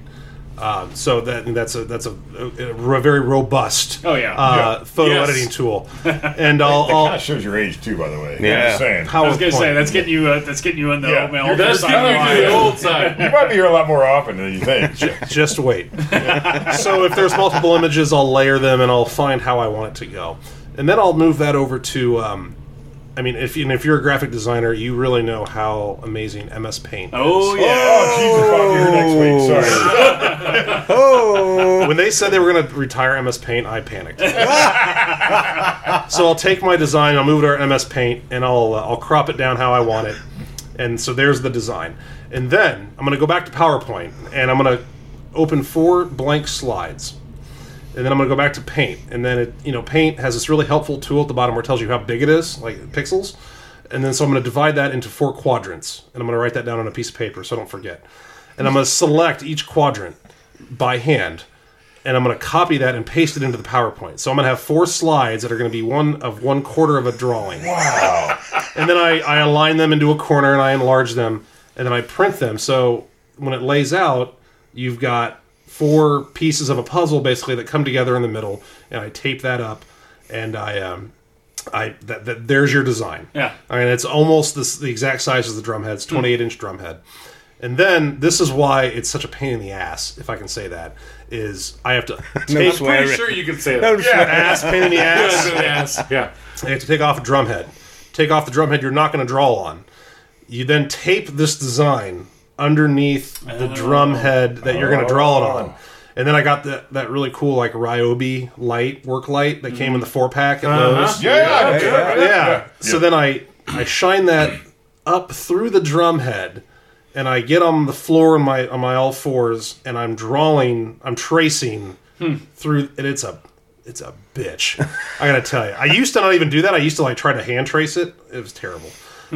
Um, so that that's a that's a, a, a very robust
Oh, yeah.
uh, photo
Yes.
editing
(laughs)
tool, and I'll,
That
I'll
shows your age too, by the way.
Yeah.
I'm just saying.
PowerPoint.
I was gonna say that's getting you. Uh, that's getting you in the
Yeah.
old mail.
You're
That's getting you to the old
you
(laughs)
side.
might be here a lot more often than you think. Oh,
just wait. so if there's multiple images, I'll layer them and I'll find how I want it to go, and then I'll move that over to. Um, I mean, if and if you're a graphic designer, you really know how amazing MS Paint.
Oh yeah.
Oh, Jesus, I'll be here next week. Sorry.
Oh.
(laughs) When they said they were going to retire MS Paint, I panicked. so I'll take my design, I'll move it over to MS Paint, and I'll uh, I'll crop it down how I want it. And so there's the design. And then I'm going to go back to PowerPoint, and I'm going to open four blank slides. and then I'm going to go back to Paint, and then it, you know, Paint has this really helpful tool at the bottom where it tells you how big it is, like pixels, and then so I'm going to divide that into four quadrants, and I'm going to write that down on a piece of paper so I don't forget, and I'm going to select each quadrant by hand, and I'm going to copy that and paste it into the PowerPoint. So I'm going to have four slides that are going to be one of one quarter of a drawing and then I, I align them into a corner and I enlarge them and then I print them. So when it lays out, you've got four pieces of a puzzle basically that come together in the middle, and I tape that up, and I um, I that, that there's your design.
Yeah.
I mean it's almost this, the exact size as the drum heads, 28 inch drum head. And then this is why it's such a pain in the ass, if I can say that, is I have to take
swear.
Pretty sure you can say that.
Don't swear.
ass pain in the
(laughs)
ass.
Yes. Yeah.
You have to take off a drum head. Take off the drum head you're not going to draw on. You then tape this design underneath the drum head that you're going to draw it on. And then I got that that really cool like Ryobi light work light that came in the four pack at Lowe's.
Yeah, yeah, yeah.
Yeah. So then I I shine that up through the drum head, and I get on the floor on my on my all fours, and I'm drawing, I'm tracing through, and it's a it's a bitch. I gotta tell you, I used to not even do that. I used to like try to hand trace it. It was terrible.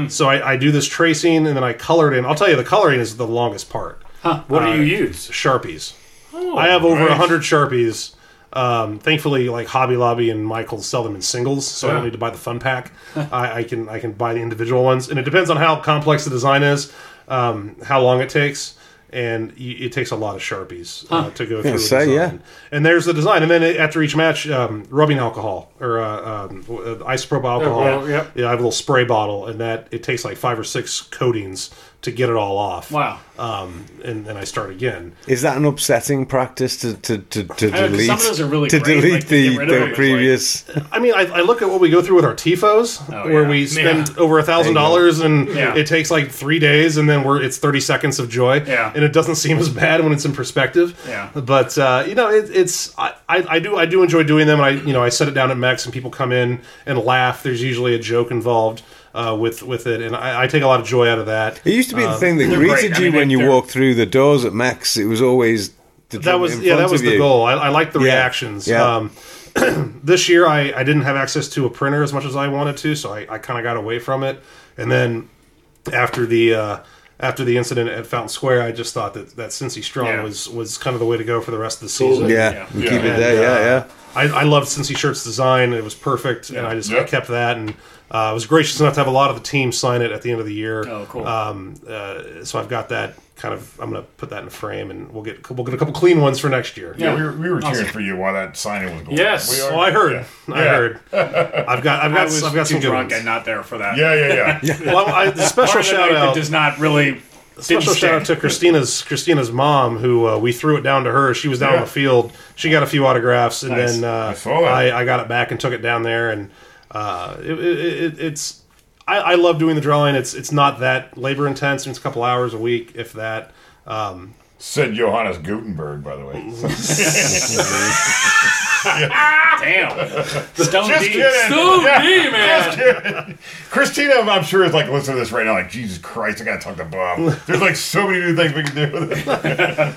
So I, I do this tracing, and then I color it in. I'll tell you, the coloring is the longest part.
What do you
(laughs)
use?
Sharpies. I have over a 100 Sharpies. Um, thankfully, like Hobby Lobby and Michaels sell them in singles, so I don't need to buy the fun pack. (laughs) I, I can I can buy the individual ones, and it depends on how complex the design is, um, how long it takes, and y it takes a lot of Sharpies uh, to go through. a
say, yeah.
design. And there's the design, and then after each match, um, rubbing alcohol or uh, um, w- uh, isopropyl alcohol.
Yeah, yeah.
I have a little spray bottle, and that it takes like five or six coatings to get it all off.
Wow.
Um, and then I start again.
Is that an upsetting practice to to to, to
know, 'cause
delete?
some of those are really
to
great, like, to get
delete the,
rid of it,
the
like-
previous.
I mean, I, I look at what we go through with our tifos, where
Oh, yeah.
we
Yeah.
spend over a thousand dollars, and
Yeah.
it takes like three days, and then we're it's thirty seconds of joy,
Yeah.
and it doesn't seem as bad when it's in perspective.
Yeah.
But uh, you know, it, it's I, I, I do I do enjoy doing them. And I you know I set it down at Mex, and people come in and laugh. There's usually a joke involved uh, with with it, and I, I take a lot of joy out of that.
It used
(laughs)
to be the thing that
Um, they're great.
greeted
I
you
mean,
when
they-
you
they're-
walked through the doors at Max. It was always the
that
drum
was
in
yeah that
front
was
of
the
you.
goal i, I like the
Yeah.
reactions
Yeah.
um, (clears throat) this year I, I didn't have access to a printer as much as i wanted to so i, I kind of got away from it and then after the uh, after the incident at fountain square i just thought that that cincy strong
Yeah.
was was kind of the way to go for the rest of the season
Yeah,
Yeah.
you
Yeah.
keep it
And,
there. yeah, yeah.
I, I loved Cincy shirt's design; it was perfect, and I just I
Yep.
kept that. And uh, I was gracious enough to have a lot of the team sign it at the end of the year.
Oh, cool.
Um, uh, so I've got that kind of. I'm going to put that in a frame, and we'll get we'll get a couple clean ones for next year.
Yeah, we were, we were cheering for you while that signing was going.
Yes.
on. We
Well, I heard. I
Yeah.
heard. I've got. I've
I
got.
was
I've got
too
some good
drunk
ones.
and not there for that.
Yeah, yeah, yeah.
Well, I, the
Part
special
of the
shout
night that
out.
does not really.
Special
didn't
shout out to
stick.
Christina's Christina's mom, who uh, we threw it down to her. She was down on
Yeah.
the field. She got a few autographs, and
Nice.
then uh,
I saw that.
I, I got it back and took it down there. And uh, it, it, it, it's I, I love doing the drawing. It's it's not that labor intense. It's a couple hours a week, if that. Um,
Said Johannes Gutenberg, by the way.
Damn. Stone
Just
deep.
kidding.
Dude, me, man.
Christina, I'm sure, is like listening to this right now, like, Jesus Christ, I gotta talk to Bob. There's like so many new things we can do with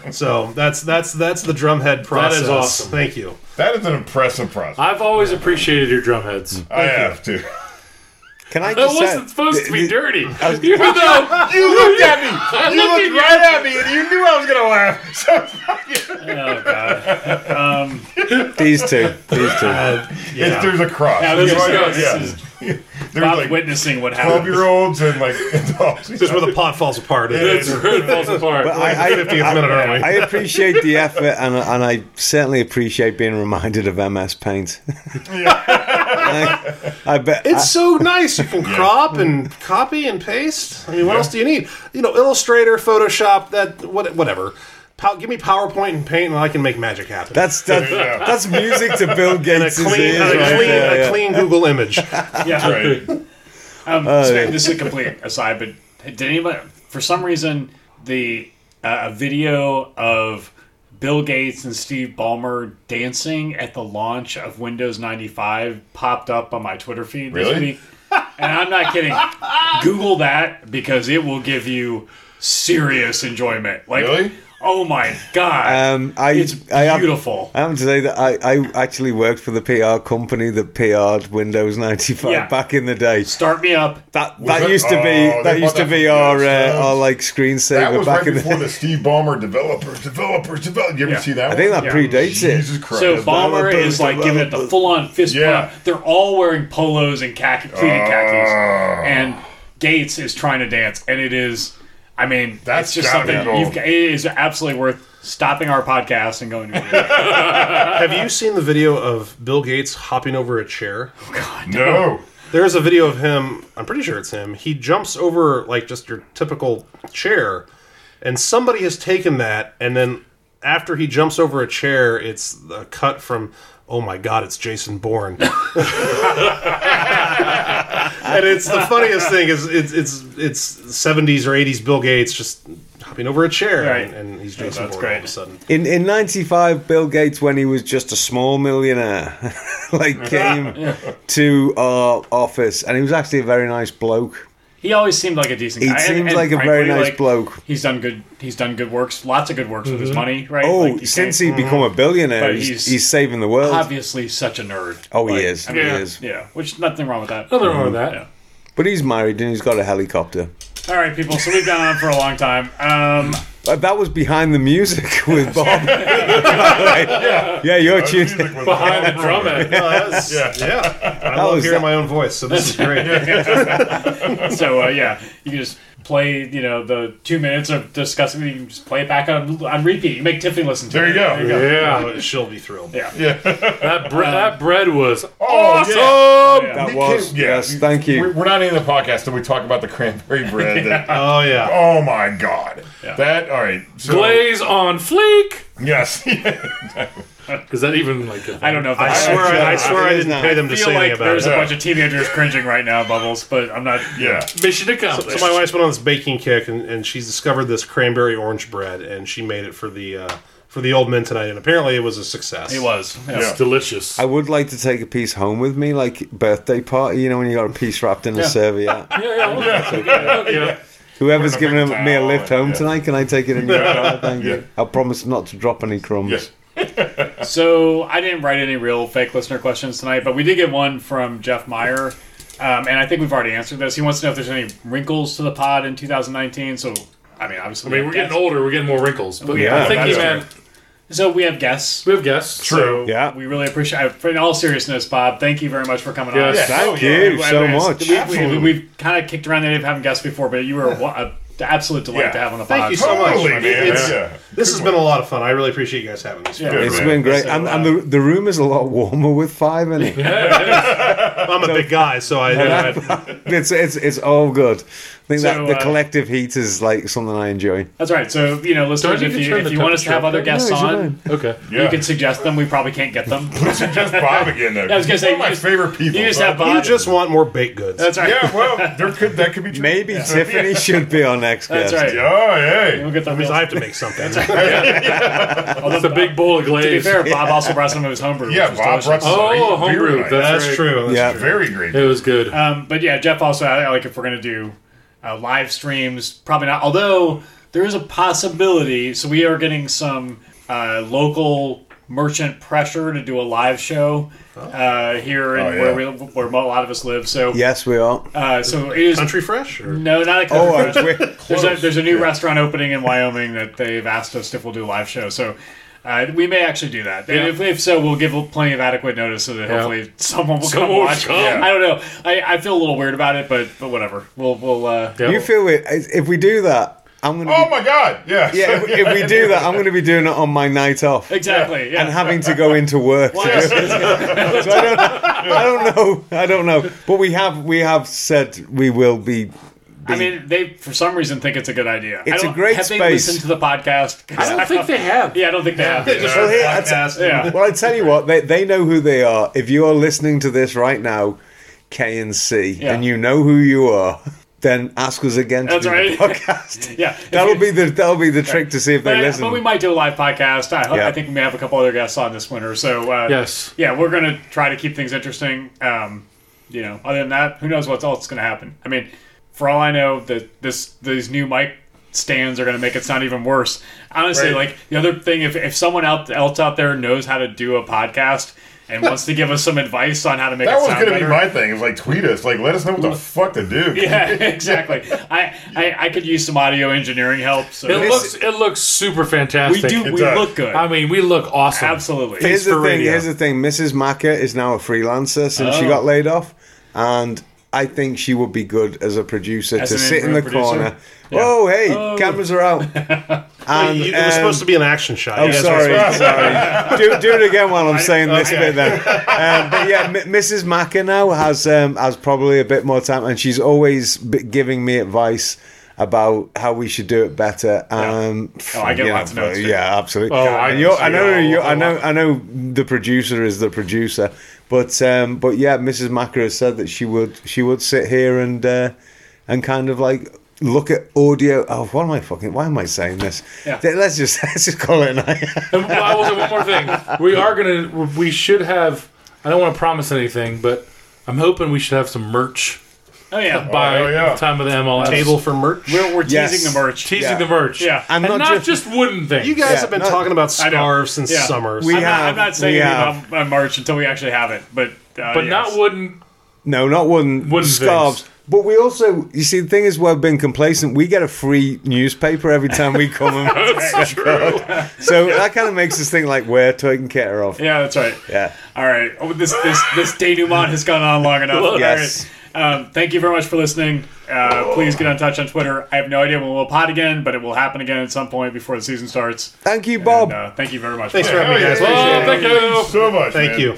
it.
so that's that's that's the drumhead process.
awesome.
Thank you.
That is an impressive process.
I've always appreciated your drum heads.
I have to.
Can I
That
just
wasn't supposed to be
th-
dirty. (laughs) You
(laughs)
know,
You looked at me! You
looked at
looked right at me and you knew I was gonna laugh. (laughs) So
These two, these
(laughs) Uh,
two.
it's, there's a cross.
Now this
You
is,
are-
no, this
yeah.
is
There's
Bob
like
witnessing what
12 year
happened.
olds and like (laughs) adults.
This is where the pot falls apart.
it's it falls apart.
But I, I,
(laughs) Fiftieth minute, aren't
I
we?
appreciate the effort, and and I certainly appreciate being reminded of MS Paint. (laughs) I, I bet I-
It's so nice. You can crop and copy and paste. I mean, what else do you need? You know, Illustrator, Photoshop, that what, whatever. Pow- give me PowerPoint and paint, and I can make magic happen.
that's that,
Yeah.
that's music to Bill
a
Gates'
clean,
ears,
a,
right
clean,
there,
a
yeah.
clean Google
(laughs)
image.
Yeah.
right.
Um,
Oh,
so This is a complete aside, but did anybody, for some reason, the uh, a video of Bill Gates and Steve Ballmer dancing at the launch of Windows 95 popped up on my Twitter feed this
Really?
week. And I'm not kidding. Google that because it will give you serious enjoyment. Like,
Really?
oh my god,
Um, I,
it's
I have-
beautiful.
I have to say that I, I actually worked for the PR company that PR'd Windows 95
Yeah.
back in the day.
Start me up.
That
Was
that
it-
used to be
oh,
that
they
used to
bought
be
that
our
from
uh,
Microsoft.
our like
That
screensaver
was
back
right
in the
before
(laughs) day.
the Steve Ballmer developers, developers, developers. You ever
Yeah.
see that
I think
one?
Yeah.
that predates
Jesus
it.
Christ.
So Bomber
Blah, blah,
is
blah,
like
blah,
giving it the full on fist
Yeah.
pump. They're all wearing polos and khaki, pleated khakis,
Ah.
and Gates is trying to dance, and it is. I mean, that's
That's
just
gotta be
something
gold.
you've, it is absolutely worth stopping our podcast and going. to
(laughs)
it.
Have you seen the video of Bill Gates hopping over a chair?
no.
There is a video of him. I'm pretty sure it's him. He jumps over like just your typical chair, and somebody has taken that. And then after he jumps over a chair, it's a cut from. Oh my God! It's Jason Bourne. (laughs) and it's the funniest thing is it's it's it's 70s or 80s Bill Gates just
jumping over a chair,
Right.
and, and he's Jason
that's
Bourne all
great.
of a sudden.
In in '95, Bill Gates, when he was just a small millionaire, (laughs) like came to our office, and he was actually a very nice bloke.
He always seemed like a decent
He
guy. and-
seems
and
like a very
frankly,
nice
like,
bloke.
He's done good. He's done good works. Lots of good works with his money, right?
Oh,
Like, you
since he
Mm-hmm.
can't-
become a billionaire,
But
he's, he's,
he's
saving the world.
obviously such a nerd.
Oh, he
Like,
is.
I mean,
he
yeah.
is.
yeah, which nothing wrong with that.
Nothing wrong with that.
Yeah.
But he's married and he's got a helicopter.
All right, people. So we've gone on for a long time. Um,
But Uh, that was behind the music (laughs) with
(laughs)
Bob. yeah. you're tuned.
Music was-
Behind the drum head.
yeah. I
was
love hearing
that-
my own voice, so this is great.
so uh, yeah, you can just play. You know, the two minutes of discussing. You can just play it back on on repeat. You can make Tiffany listen to
There
it.
you go.
Yeah,
Oh,
Uh, She'll be thrilled.
that bre- that bread was
Oh, yeah.
awesome.
That
We
was.
can't- yeah.
Yes, thank
We're,
you.
we're not in the podcast till we talk about
(laughs)
the cranberry bread. that-
Oh yeah.
oh my god, that all right? So,
Glaze on fleek.
Yes. (laughs)
Is that even like? A
I don't know if that's
I swear, I, I swear I
It is
didn't
now.
pay them
I
to
feel
say
like
anything about
there's
it.
a bunch of teenagers cringing right now, Bubbles, but I'm not.
yeah.
mission accomplished.
So my wife's been on this baking kick, and, and she's discovered this cranberry orange bread, and she made it for the uh, for the old men tonight, and apparently it was a success.
It was. Yeah.
Yeah.
It's delicious.
I would like to take a piece home with me, like birthday party. You know when you got a piece wrapped in a serviette.
yeah, yeah, yeah, yeah.
Whoever's giving
big
me a
towel
lift
and-
home
yeah.
tonight, can I take it in your car? Thank
(laughs) Yeah.
you. I promise not to drop any crumbs.
Yes.
So I didn't write any real fake listener questions tonight, but we did get one from Jeff Meyer, um, and I think we've already answered this. He wants to know if there's any wrinkles to the pod in 2019. So I mean, obviously,
I mean, we're getting older. We're getting more wrinkles. But
Yeah,
I think he
that's
meant
So we have guests.
we have guests.
True.
So
Yeah.
we really appreciate. I- In all seriousness, Bob, thank you very much for coming
Yes.
on.
Yeah.
Thank
Oh, yeah.
you so
I mean, it's-
much.
We,
Absolutely.
we, we've kind of kicked around the idea of having guests before, but you were a, a absolute delight
Yeah.
to have on the pod.
Thank you so much.
Totally,
I mean,
man.
it's-
Yeah.
This has been a lot of fun. I really appreciate you guys having these.
Yeah.
It's
man.
been great,
So,
and, and
uh,
the the room is a lot warmer with five in it.
I'm a big guy, so I.
(laughs) It's it's it's all good. I think
So,
that the
uh,
collective heat is like something I enjoy.
That's right. So you know, listeners,
Don't you
if
can
you
turn
if
the
you want us to have
temperature
other guests
No, it's
on,
fine.
Okay.
Yeah.
you can suggest them. We probably can't get
(laughs)
them.
suggest Bob again though.
(laughs) I was gonna say,
One of my
you just-
favorite people.
you just
Bob.
have
(laughs)
Bob.
You just want more baked goods.
That's right.
Yeah. Well, there could that could be true.
Maybe Tiffany should be our next
That's
guest.
right.
Oh, hey.
We'll get the
That means
real-
I have (laughs) to make something.
That's a big bowl of
To be
glaze. (laughs)
fair, Bob also brought some of his homebrew.
Yeah,
which was
Bob brought
delicious.
some great
Oh,
beer
homebrew.
tonight.
That's
That's, right.
true. That's
Yeah.
true.
Very great.
It was good.
Um, but yeah, Jeff also I like if we're gonna do uh, live streams, probably not. Although there is a possibility. So we are getting some uh, local merchant pressure to do a live show uh, here in
Oh, yeah.
where we, where a lot of us live. So
Yes, we are.
uh, so it is.
Country fresh? Or?
No, not a
Oh,
country
I
fest.
was-
There's a, there's a new restaurant opening in Wyoming that they've asked us if we'll do a live show. So uh, we may actually do that. And
Yeah.
if, if so, we'll give plenty of adequate notice so that hopefully someone will
Someone
come
will
watch.
come.
Yeah. I don't know. I, I feel a little weird about it, but but whatever. We'll we'll. Uh,
Yeah.
you feel it? If we do that, I'm gonna.
Oh
be,
my God. Yeah.
yeah, if, if we do that, I'm gonna be doing it on my night off
Exactly. Yeah.
and having to go into work. to do it. (laughs) So I don't, I don't know. I don't know. But we have we have said we will be.
I mean, they for some reason think it's a good idea. I
It's a
don't-
great
have They
space.
listened to the podcast.
I don't think they
(laughs)
have.
yeah, I don't think they have.
Yeah.
Well, here, I'd-
Yeah.
Well, I tell you what, they, they know who they are. If you are listening to this right now, K and C,
Yeah.
and you know who you are, then ask us again to
That's
do the
right.
podcast.
Yeah. If
that'll
you-
be the that'll be the trick to see if they
But,
listen.
but we might do a live podcast. I, hope
Yeah.
I think we may have a couple other guests on this winter. So uh,
Yes.
yeah, we're gonna try to keep things interesting. Um, you know, other than that, who knows what else is gonna happen? I mean, for all I know, that this these new mic stands are gonna make it sound even worse. Honestly,
Right.
like the other thing, if if someone out else out there knows how to do a podcast
(laughs)
and wants to give us some advice on how to make
That
it
was
sound
gonna be
better.
my thing. It's like tweet us. Like let us know what the fuck to do.
(laughs) yeah, exactly. I, I I could use some audio engineering help. So
It looks it looks super
we
fantastic.
do we
does.
look good.
I mean, we look awesome.
Absolutely.
here's the
for
thing.
radio.
Here's the thing. Mrs. Macker is now a freelancer since
Oh.
she got laid off, and I think she would be good as a producer
As
to
an
sit in
in-room
the
producer?
corner. Oh, hey, cameras are
(laughs)
out. and, um,
You- it was supposed to be an action shot.
Oh,
You guys were
(laughs)
sorry, sorry. Do, do it again while I'm saying this
okay. (laughs)
bit then. Um, but yeah, M- Mrs. Macker now has um, has probably a bit more time, and she's always b- giving me advice about how we should do it better. Um,
Oh, I get
you
lots of notes, too. Oh,
Yeah, absolutely.
I
and you're,
see
Oh, I know,
all-
you're, I
all
know, I know. The producer is the producer, but um, but yeah, Mrs. Macker has said that she would she would sit here and uh, and kind of like look at audio. Oh, what am I fucking? Why am I saying this?
Yeah.
Let's just (laughs) let's just call it a night. (laughs)
And, well, I will say one more thing. We are gonna. We should have. I don't want to promise anything, but I'm hoping we should have some merch
Oh yeah.
by
Oh, yeah.
the time of the MLS.
Table for merch.
We're, we're
Yes.
teasing the merch.
teasing
Yeah.
the merch.
Yeah.
I'm
and
not
not,
ju-
just, wooden things.
You guys
Yeah,
have been
no-
talking about
I know.
scarves since
Yeah.
summer.
We
I'm, not,
have-
I'm not saying
we
anything
have-
about- about merch until we actually have it, but uh,
but
yes.
not wooden.
No, not wooden,
Wooden
scarves.
things.
But we also, you see, the thing is, we've been complacent. We get a free newspaper every time we come. (laughs) in. so that kind of makes us think like we're taking care of.
Yeah, that's right.
Yeah.
All right. Oh, this this this denouement has gone on long enough.
Yes.
All right. Um, thank you very much for listening. Uh, please get in touch on Twitter. I have no idea when we'll pod again, but it will happen again at some point before the season starts.
Thank you, Bob.
Oh. And, uh, thank you very much.
Thanks for having me, guys.
Oh, thank you.
so much.
Thank
man.
you.